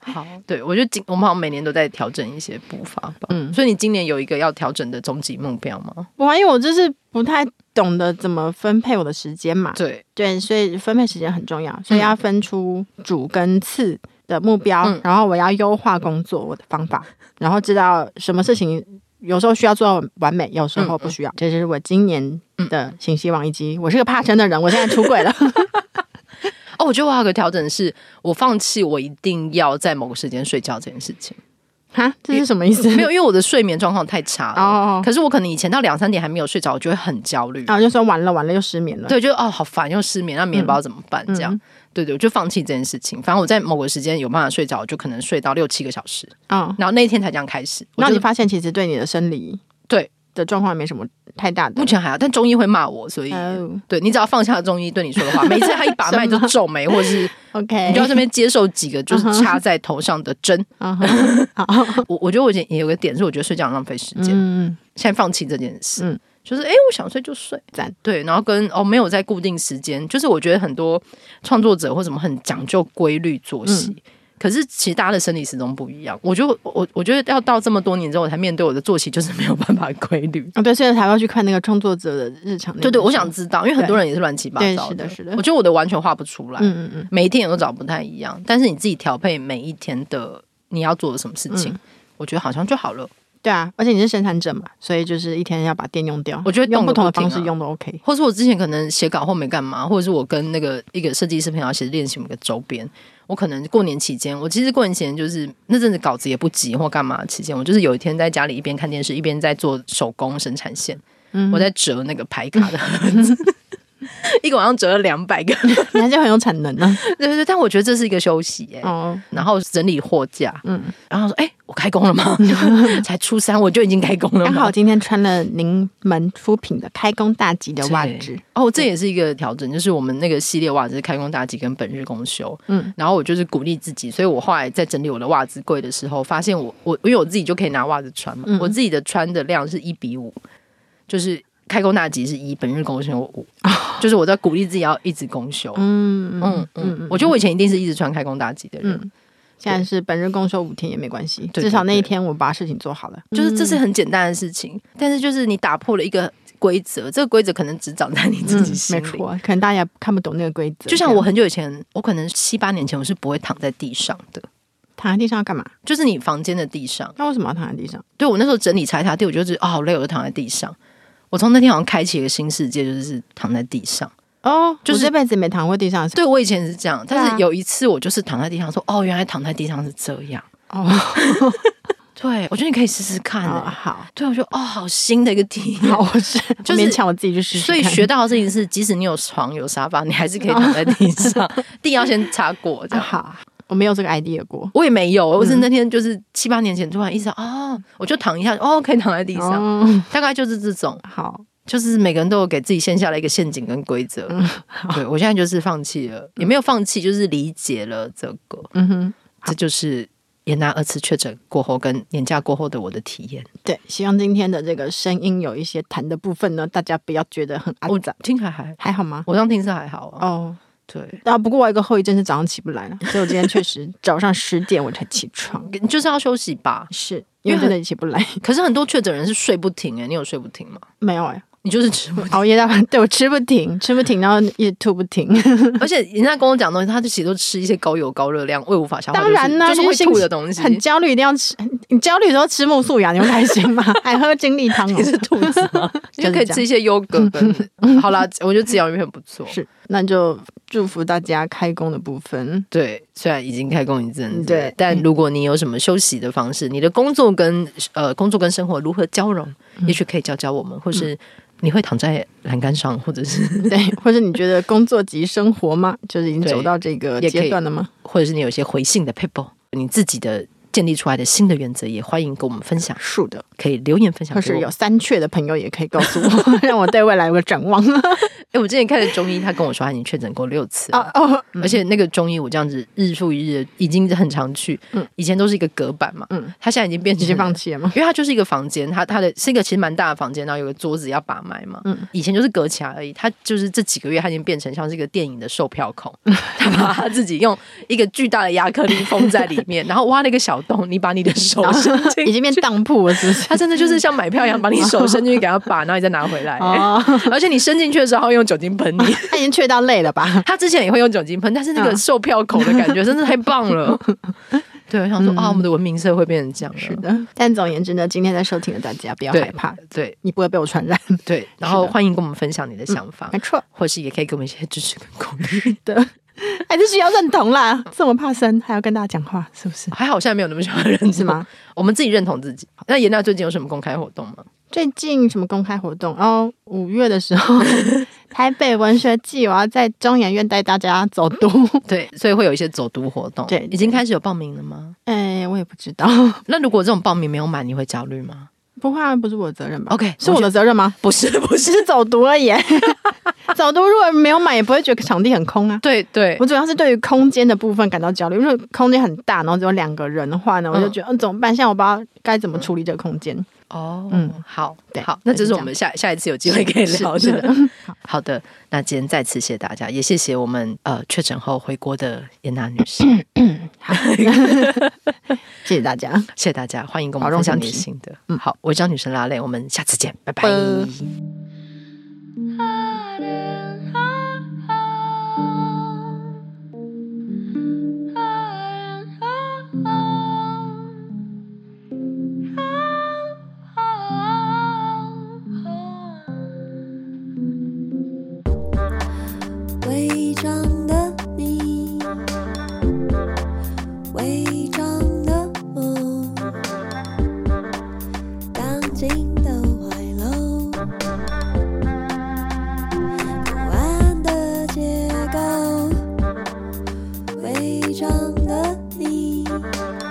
Speaker 2: 好，对我觉得今我们好像每年都在调整一些步伐吧。
Speaker 3: 嗯
Speaker 2: 嗯，所以你今年有一个要调整的终极目标吗？
Speaker 3: 我因为我就是不太懂得怎么分配我的时间嘛，
Speaker 2: 对，嗯
Speaker 3: 对，所以分配时间很重要，所以要分出主跟次的目标，然后我要优化工作我的方法，然后知道什么事情有时候需要做到完美，有时
Speaker 2: 嗯
Speaker 3: 候不需要。这就是我今年的新希望，以及我是个怕生的人，我现在出轨了。
Speaker 2: 哦，我觉得我还有个调整是，我放弃我一定要在某个时间睡觉这件事情。
Speaker 3: 哈，这是什么意思？
Speaker 2: 没有，因为我的睡眠状况太差了。
Speaker 3: 哦
Speaker 2: 可是我可能以前到两三点还没有睡着，我就会很焦虑。
Speaker 3: 然后就说完了，完了又失眠了。
Speaker 2: 对，就哦好烦，又失眠，那明天不知道怎么办，这样。
Speaker 3: 嗯
Speaker 2: 对对，我就放弃这件事情。反正我在某个时间有办法睡着，我就可能睡到六七个小时，
Speaker 3: 嗯，
Speaker 2: 然后那一天才这样开始。我
Speaker 3: 然后你
Speaker 2: 就
Speaker 3: 发现其实对你的生理
Speaker 2: 对
Speaker 3: 的状况没什么太大的
Speaker 2: 目。前还好，但中医会骂我，所以、
Speaker 3: 哦
Speaker 2: 对你只要放下中医对你说的话，每一次他一把脉就皱眉，或者是
Speaker 3: OK，
Speaker 2: 你就要这边接受几个就是插在头上的针。
Speaker 3: 嗯哼好，
Speaker 2: 我我觉得我以前也有个点是，我觉得睡觉很浪费时间，
Speaker 3: 嗯，
Speaker 2: 现在放弃这件事。
Speaker 3: 嗯
Speaker 2: 就是哎、诶我想睡就睡，
Speaker 3: 赞
Speaker 2: 对，然后跟哦没有在固定时间，就是我觉得很多创作者或什么很讲究规律作
Speaker 3: 嗯
Speaker 2: 息，可是其实大家的生理时钟不一样。我就我我觉得要到这么多年之后，我才面对我的作息就是没有办法规律。
Speaker 3: 哦，对，所以才要去看那个创作者的日常那本书。
Speaker 2: 对对，我想知道，因为很多人也是乱七八
Speaker 3: 嗯对
Speaker 2: 糟
Speaker 3: 是的是的
Speaker 2: 我觉得我的完全画不出来，
Speaker 3: 嗯嗯嗯，
Speaker 2: 每一天也都找不太一样。但是你自己调配每一天的你要做的什么事
Speaker 3: 嗯
Speaker 2: 情，我觉得好像就好了。
Speaker 3: 对啊，而且你是生产者嘛，所以就是一天要把电用掉。
Speaker 2: 我觉得
Speaker 3: 用
Speaker 2: 动
Speaker 3: 不
Speaker 2: 个
Speaker 3: 同的
Speaker 2: 不停
Speaker 3: 方
Speaker 2: 啊
Speaker 3: 式用都 OK。
Speaker 2: 或是我之前可能写稿或没干嘛，或者是我跟那个一个设计师朋友其实练习某个周边，我可能过年期间，我其实过年期间就是那阵子稿子也不急或干嘛期间，我就是有一天在家里一边看电视一边在做手工生产线，
Speaker 3: 嗯
Speaker 2: 我在折那个牌卡的盒 子。一个晚上折了两百个，
Speaker 3: 你还是很有产能 呢、
Speaker 2: 对对对，但我觉得这是一个休息耶、
Speaker 3: 哦，
Speaker 2: 然后整理货架，
Speaker 3: 嗯
Speaker 2: 嗯，然后说，哎、我开工了 吗？ 才初三我就已经开工了吗？
Speaker 3: 刚好今天穿了您们出品的开工大吉的袜
Speaker 2: 对
Speaker 3: 子。
Speaker 2: 哦，这也是一个调整，就是我们那个系列袜子是开工大吉跟本日公休，
Speaker 3: 嗯
Speaker 2: 嗯，然后我就是鼓励自己，所以我后来在整理我的袜子柜的时候，发现我我因为我自己就可以拿袜子穿嘛，
Speaker 3: 嗯
Speaker 2: 我自己的穿的量是一比五，就是开工大吉是一，本日公休五、就是我在鼓励自己要一直公休，嗯
Speaker 3: 哦嗯嗯，
Speaker 2: 嗯我觉得我以前一定是一直穿开工大吉的人，
Speaker 3: 嗯现在是本日公休五天也没关系，
Speaker 2: 对
Speaker 3: 至少
Speaker 2: 对
Speaker 3: 那一
Speaker 2: 对
Speaker 3: 天我把事情做好了。
Speaker 2: 就是这是很简单的事情，但是就是你打破了一个规则，这个规则可能只长在你自己心
Speaker 3: 嗯没
Speaker 2: 里。
Speaker 3: 错，啊可能大家看不懂那个规则。
Speaker 2: 就像
Speaker 3: 这
Speaker 2: 我
Speaker 3: 样
Speaker 2: 很久以前，我可能七八年前，我是不会躺在地上的，
Speaker 3: 躺在地上要干嘛？
Speaker 2: 就是你房间的地上。
Speaker 3: 那为什么要躺在地上？
Speaker 2: 对我那时候整理茶茶地，我就是哦好累，我就躺在地上。我从那天好像开启一个新世界，就是躺在地上。
Speaker 3: 哦，
Speaker 2: 就
Speaker 3: 我
Speaker 2: 是
Speaker 3: 这辈子没躺过地上。
Speaker 2: 对我以前是这样，
Speaker 3: 啊
Speaker 2: 但是有一次我就是躺在地上说，哦，原来躺在地上是这样。
Speaker 3: 哦，
Speaker 2: 对，我觉得你可以试试看、
Speaker 3: 好啊
Speaker 2: 欸。
Speaker 3: 好
Speaker 2: 对，我觉得哦，好新的一个体验。
Speaker 3: 好， 我是
Speaker 2: 就是
Speaker 3: 勉强我自己去试试
Speaker 2: 所以
Speaker 3: 看
Speaker 2: 学到的事情是，即使你有床有沙发，你还是可以躺在地 上，地要先擦过。这
Speaker 3: 啊嗯
Speaker 2: 样
Speaker 3: 好，我没有这个 idea 过。
Speaker 2: 我也没有，我是那天就是七八年前突然意识到，哦，我就躺一下，哦，可以躺在地上，
Speaker 3: 哦，
Speaker 2: 大概就是这种，
Speaker 3: 好，
Speaker 2: 就是每个人都有给自己线下了一个陷阱跟规则。
Speaker 3: 嗯
Speaker 2: 对我现在就是放弃了，也没有放弃，就是理解了这个，
Speaker 3: 嗯哼，
Speaker 2: 这就是严娜二次确诊过后跟年假过后的我的体验。
Speaker 3: 对，希望今天的这个声音有一些弹的部分呢，大家不要觉得很阿
Speaker 2: 我
Speaker 3: 杂，
Speaker 2: 听还还，
Speaker 3: 还好吗？
Speaker 2: 我上听是还好啊。
Speaker 3: 啊哦，
Speaker 2: 对，
Speaker 3: 啊，不过我有一个后遗症是早上起不来了，所以我今天 确实早上十点我才起床，
Speaker 2: 你就是要休息吧。
Speaker 3: 是
Speaker 2: 因
Speaker 3: 因
Speaker 2: 为
Speaker 3: 为真
Speaker 2: 很
Speaker 3: 的起不来，
Speaker 2: 可是很多确诊人是睡不停哎、你有睡不停吗？
Speaker 3: 没有哎，
Speaker 2: 你就是吃不
Speaker 3: 熬夜到对我吃不停，吃不停，然后一直吐不停，
Speaker 2: 而且人家跟我讲东西，他就其实都吃一些高油高热量、胃无法消化，
Speaker 3: 当然啦，
Speaker 2: 就是
Speaker 3: 就
Speaker 2: 就是是
Speaker 3: 心
Speaker 2: 会吐的东西。
Speaker 3: 很焦虑，一定要吃，你焦虑的时候吃木素芽，你会 开心吗？还喝精力汤哦
Speaker 2: 你。是兔子 吗？
Speaker 3: 就是这
Speaker 2: 就
Speaker 3: 样
Speaker 2: 可以吃一些优格跟 好啦，我觉得自由鱼很不错。
Speaker 3: 是，那就祝福大家开工的部分。
Speaker 2: 对，虽然已经开工一阵子，
Speaker 3: 对
Speaker 2: 但如果你有什么休息的嗯方式，你的工作跟呃工作跟生活如何交融，也许可以教教我们，或是你会躺在栏杆上，或者是
Speaker 3: 对，或者你觉得工作及生活吗？就是已经走到这个
Speaker 2: 也可以
Speaker 3: 阶段了吗？
Speaker 2: 或者是你有一些回信的 people，你自己的建立出来的新的原则，也欢迎跟我们分享，
Speaker 3: 是的，
Speaker 2: 可以留言分享
Speaker 3: 或
Speaker 2: 给
Speaker 3: 是
Speaker 2: 我
Speaker 3: 有。三雀的朋友也可以告诉我， 让我对未来有个展望。
Speaker 2: 哎，我之前看的中医，他跟我说他已经确诊过六次了
Speaker 3: 哦哦，
Speaker 2: 而且那个中医我这样子日复一日，已经很常去。
Speaker 3: 嗯
Speaker 2: 以前都是一个隔板嘛，
Speaker 3: 嗯
Speaker 2: 他现在已经变
Speaker 3: 直
Speaker 2: 成
Speaker 3: 接放弃了吗？
Speaker 2: 因为它就是一个房间，它它的是一个其实蛮大的房间，然后有个桌子要把脉嘛。
Speaker 3: 嗯
Speaker 2: 以前就是隔起来而已，它就是这几个月它已经变成像是一个电影的售票 口，它把它自己用一个巨大的亚克力封在里面，然后挖了一个小洞，你把你的手
Speaker 3: 然后
Speaker 2: 伸进
Speaker 3: 已经变当铺了，是不 是
Speaker 2: 它？真的就是像买票一样，把你手伸进去给它把，然后你再拿回来。
Speaker 3: 哦，
Speaker 2: 而且你伸进去的时候，它会用酒精喷你。
Speaker 3: 他已经缺到累了吧？
Speaker 2: 他之前也会用酒精喷，但是那个
Speaker 3: 嗯
Speaker 2: 售票口的感觉真的太棒 了。对，我想说、啊，我们的文明社会变成这样了。
Speaker 3: 是的，但总而言之呢，今天在收听的大家不要
Speaker 2: 对
Speaker 3: 害怕，
Speaker 2: 对
Speaker 3: 你不会被我传染。
Speaker 2: 对，然后欢迎跟我们分享你的想法，
Speaker 3: 没错
Speaker 2: 或是也可以给我们一些支持跟鼓励。
Speaker 3: 的， 还是需要认同啦。这么怕生，还要跟大家讲话，是不是？
Speaker 2: 还好我现在没有那么喜欢认同
Speaker 3: 是吗？
Speaker 2: 我们自己认同自己。那严娜最近有什么公开活动吗？
Speaker 3: 最近什么公开活动？哦，五月的时 候，台北文学季，我要在中研院带大家走 读。
Speaker 2: 对，所以会有一些走读活动。
Speaker 3: 对
Speaker 2: 已经开始有报名了吗？
Speaker 3: 哎，我也不知道，
Speaker 2: 那如果这种报名没有满，你会焦虑吗
Speaker 3: 不会、啊，不是我的责任吧
Speaker 2: OK，
Speaker 3: 是我的责任吗？
Speaker 2: 不是，不
Speaker 3: 只
Speaker 2: 是，
Speaker 3: 是走读而已。 走读如果没有买，也不会觉得场地很空啊。
Speaker 2: 对对
Speaker 3: 我，主要是对于空间的部分感到焦虑，因为空间很大，然后只有两个人的话呢，我就觉得嗯怎么办？现在我不知道该怎么处理这个空间。
Speaker 2: 哦，
Speaker 3: 嗯
Speaker 2: 好，
Speaker 3: 对
Speaker 2: 好，那这是我们
Speaker 3: 就
Speaker 2: 下下一次有机会可以聊
Speaker 3: 是 是的，
Speaker 2: 好的，那今天再次谢谢大家，也谢谢我们呃确诊后回国的严娜女 士，
Speaker 3: 谢谢大家，
Speaker 2: 谢谢大家，欢迎跟我
Speaker 3: 保
Speaker 2: 们分
Speaker 3: 重
Speaker 2: 享
Speaker 3: 身
Speaker 2: 你的
Speaker 3: 体
Speaker 2: 心得。
Speaker 3: 嗯
Speaker 2: 好，我叫女神拉蕾，我们下次见，拜拜。
Speaker 3: 拜
Speaker 1: 伪装的你，伪装的我，钢筋的怀楼，不安的结构，伪装的你，伪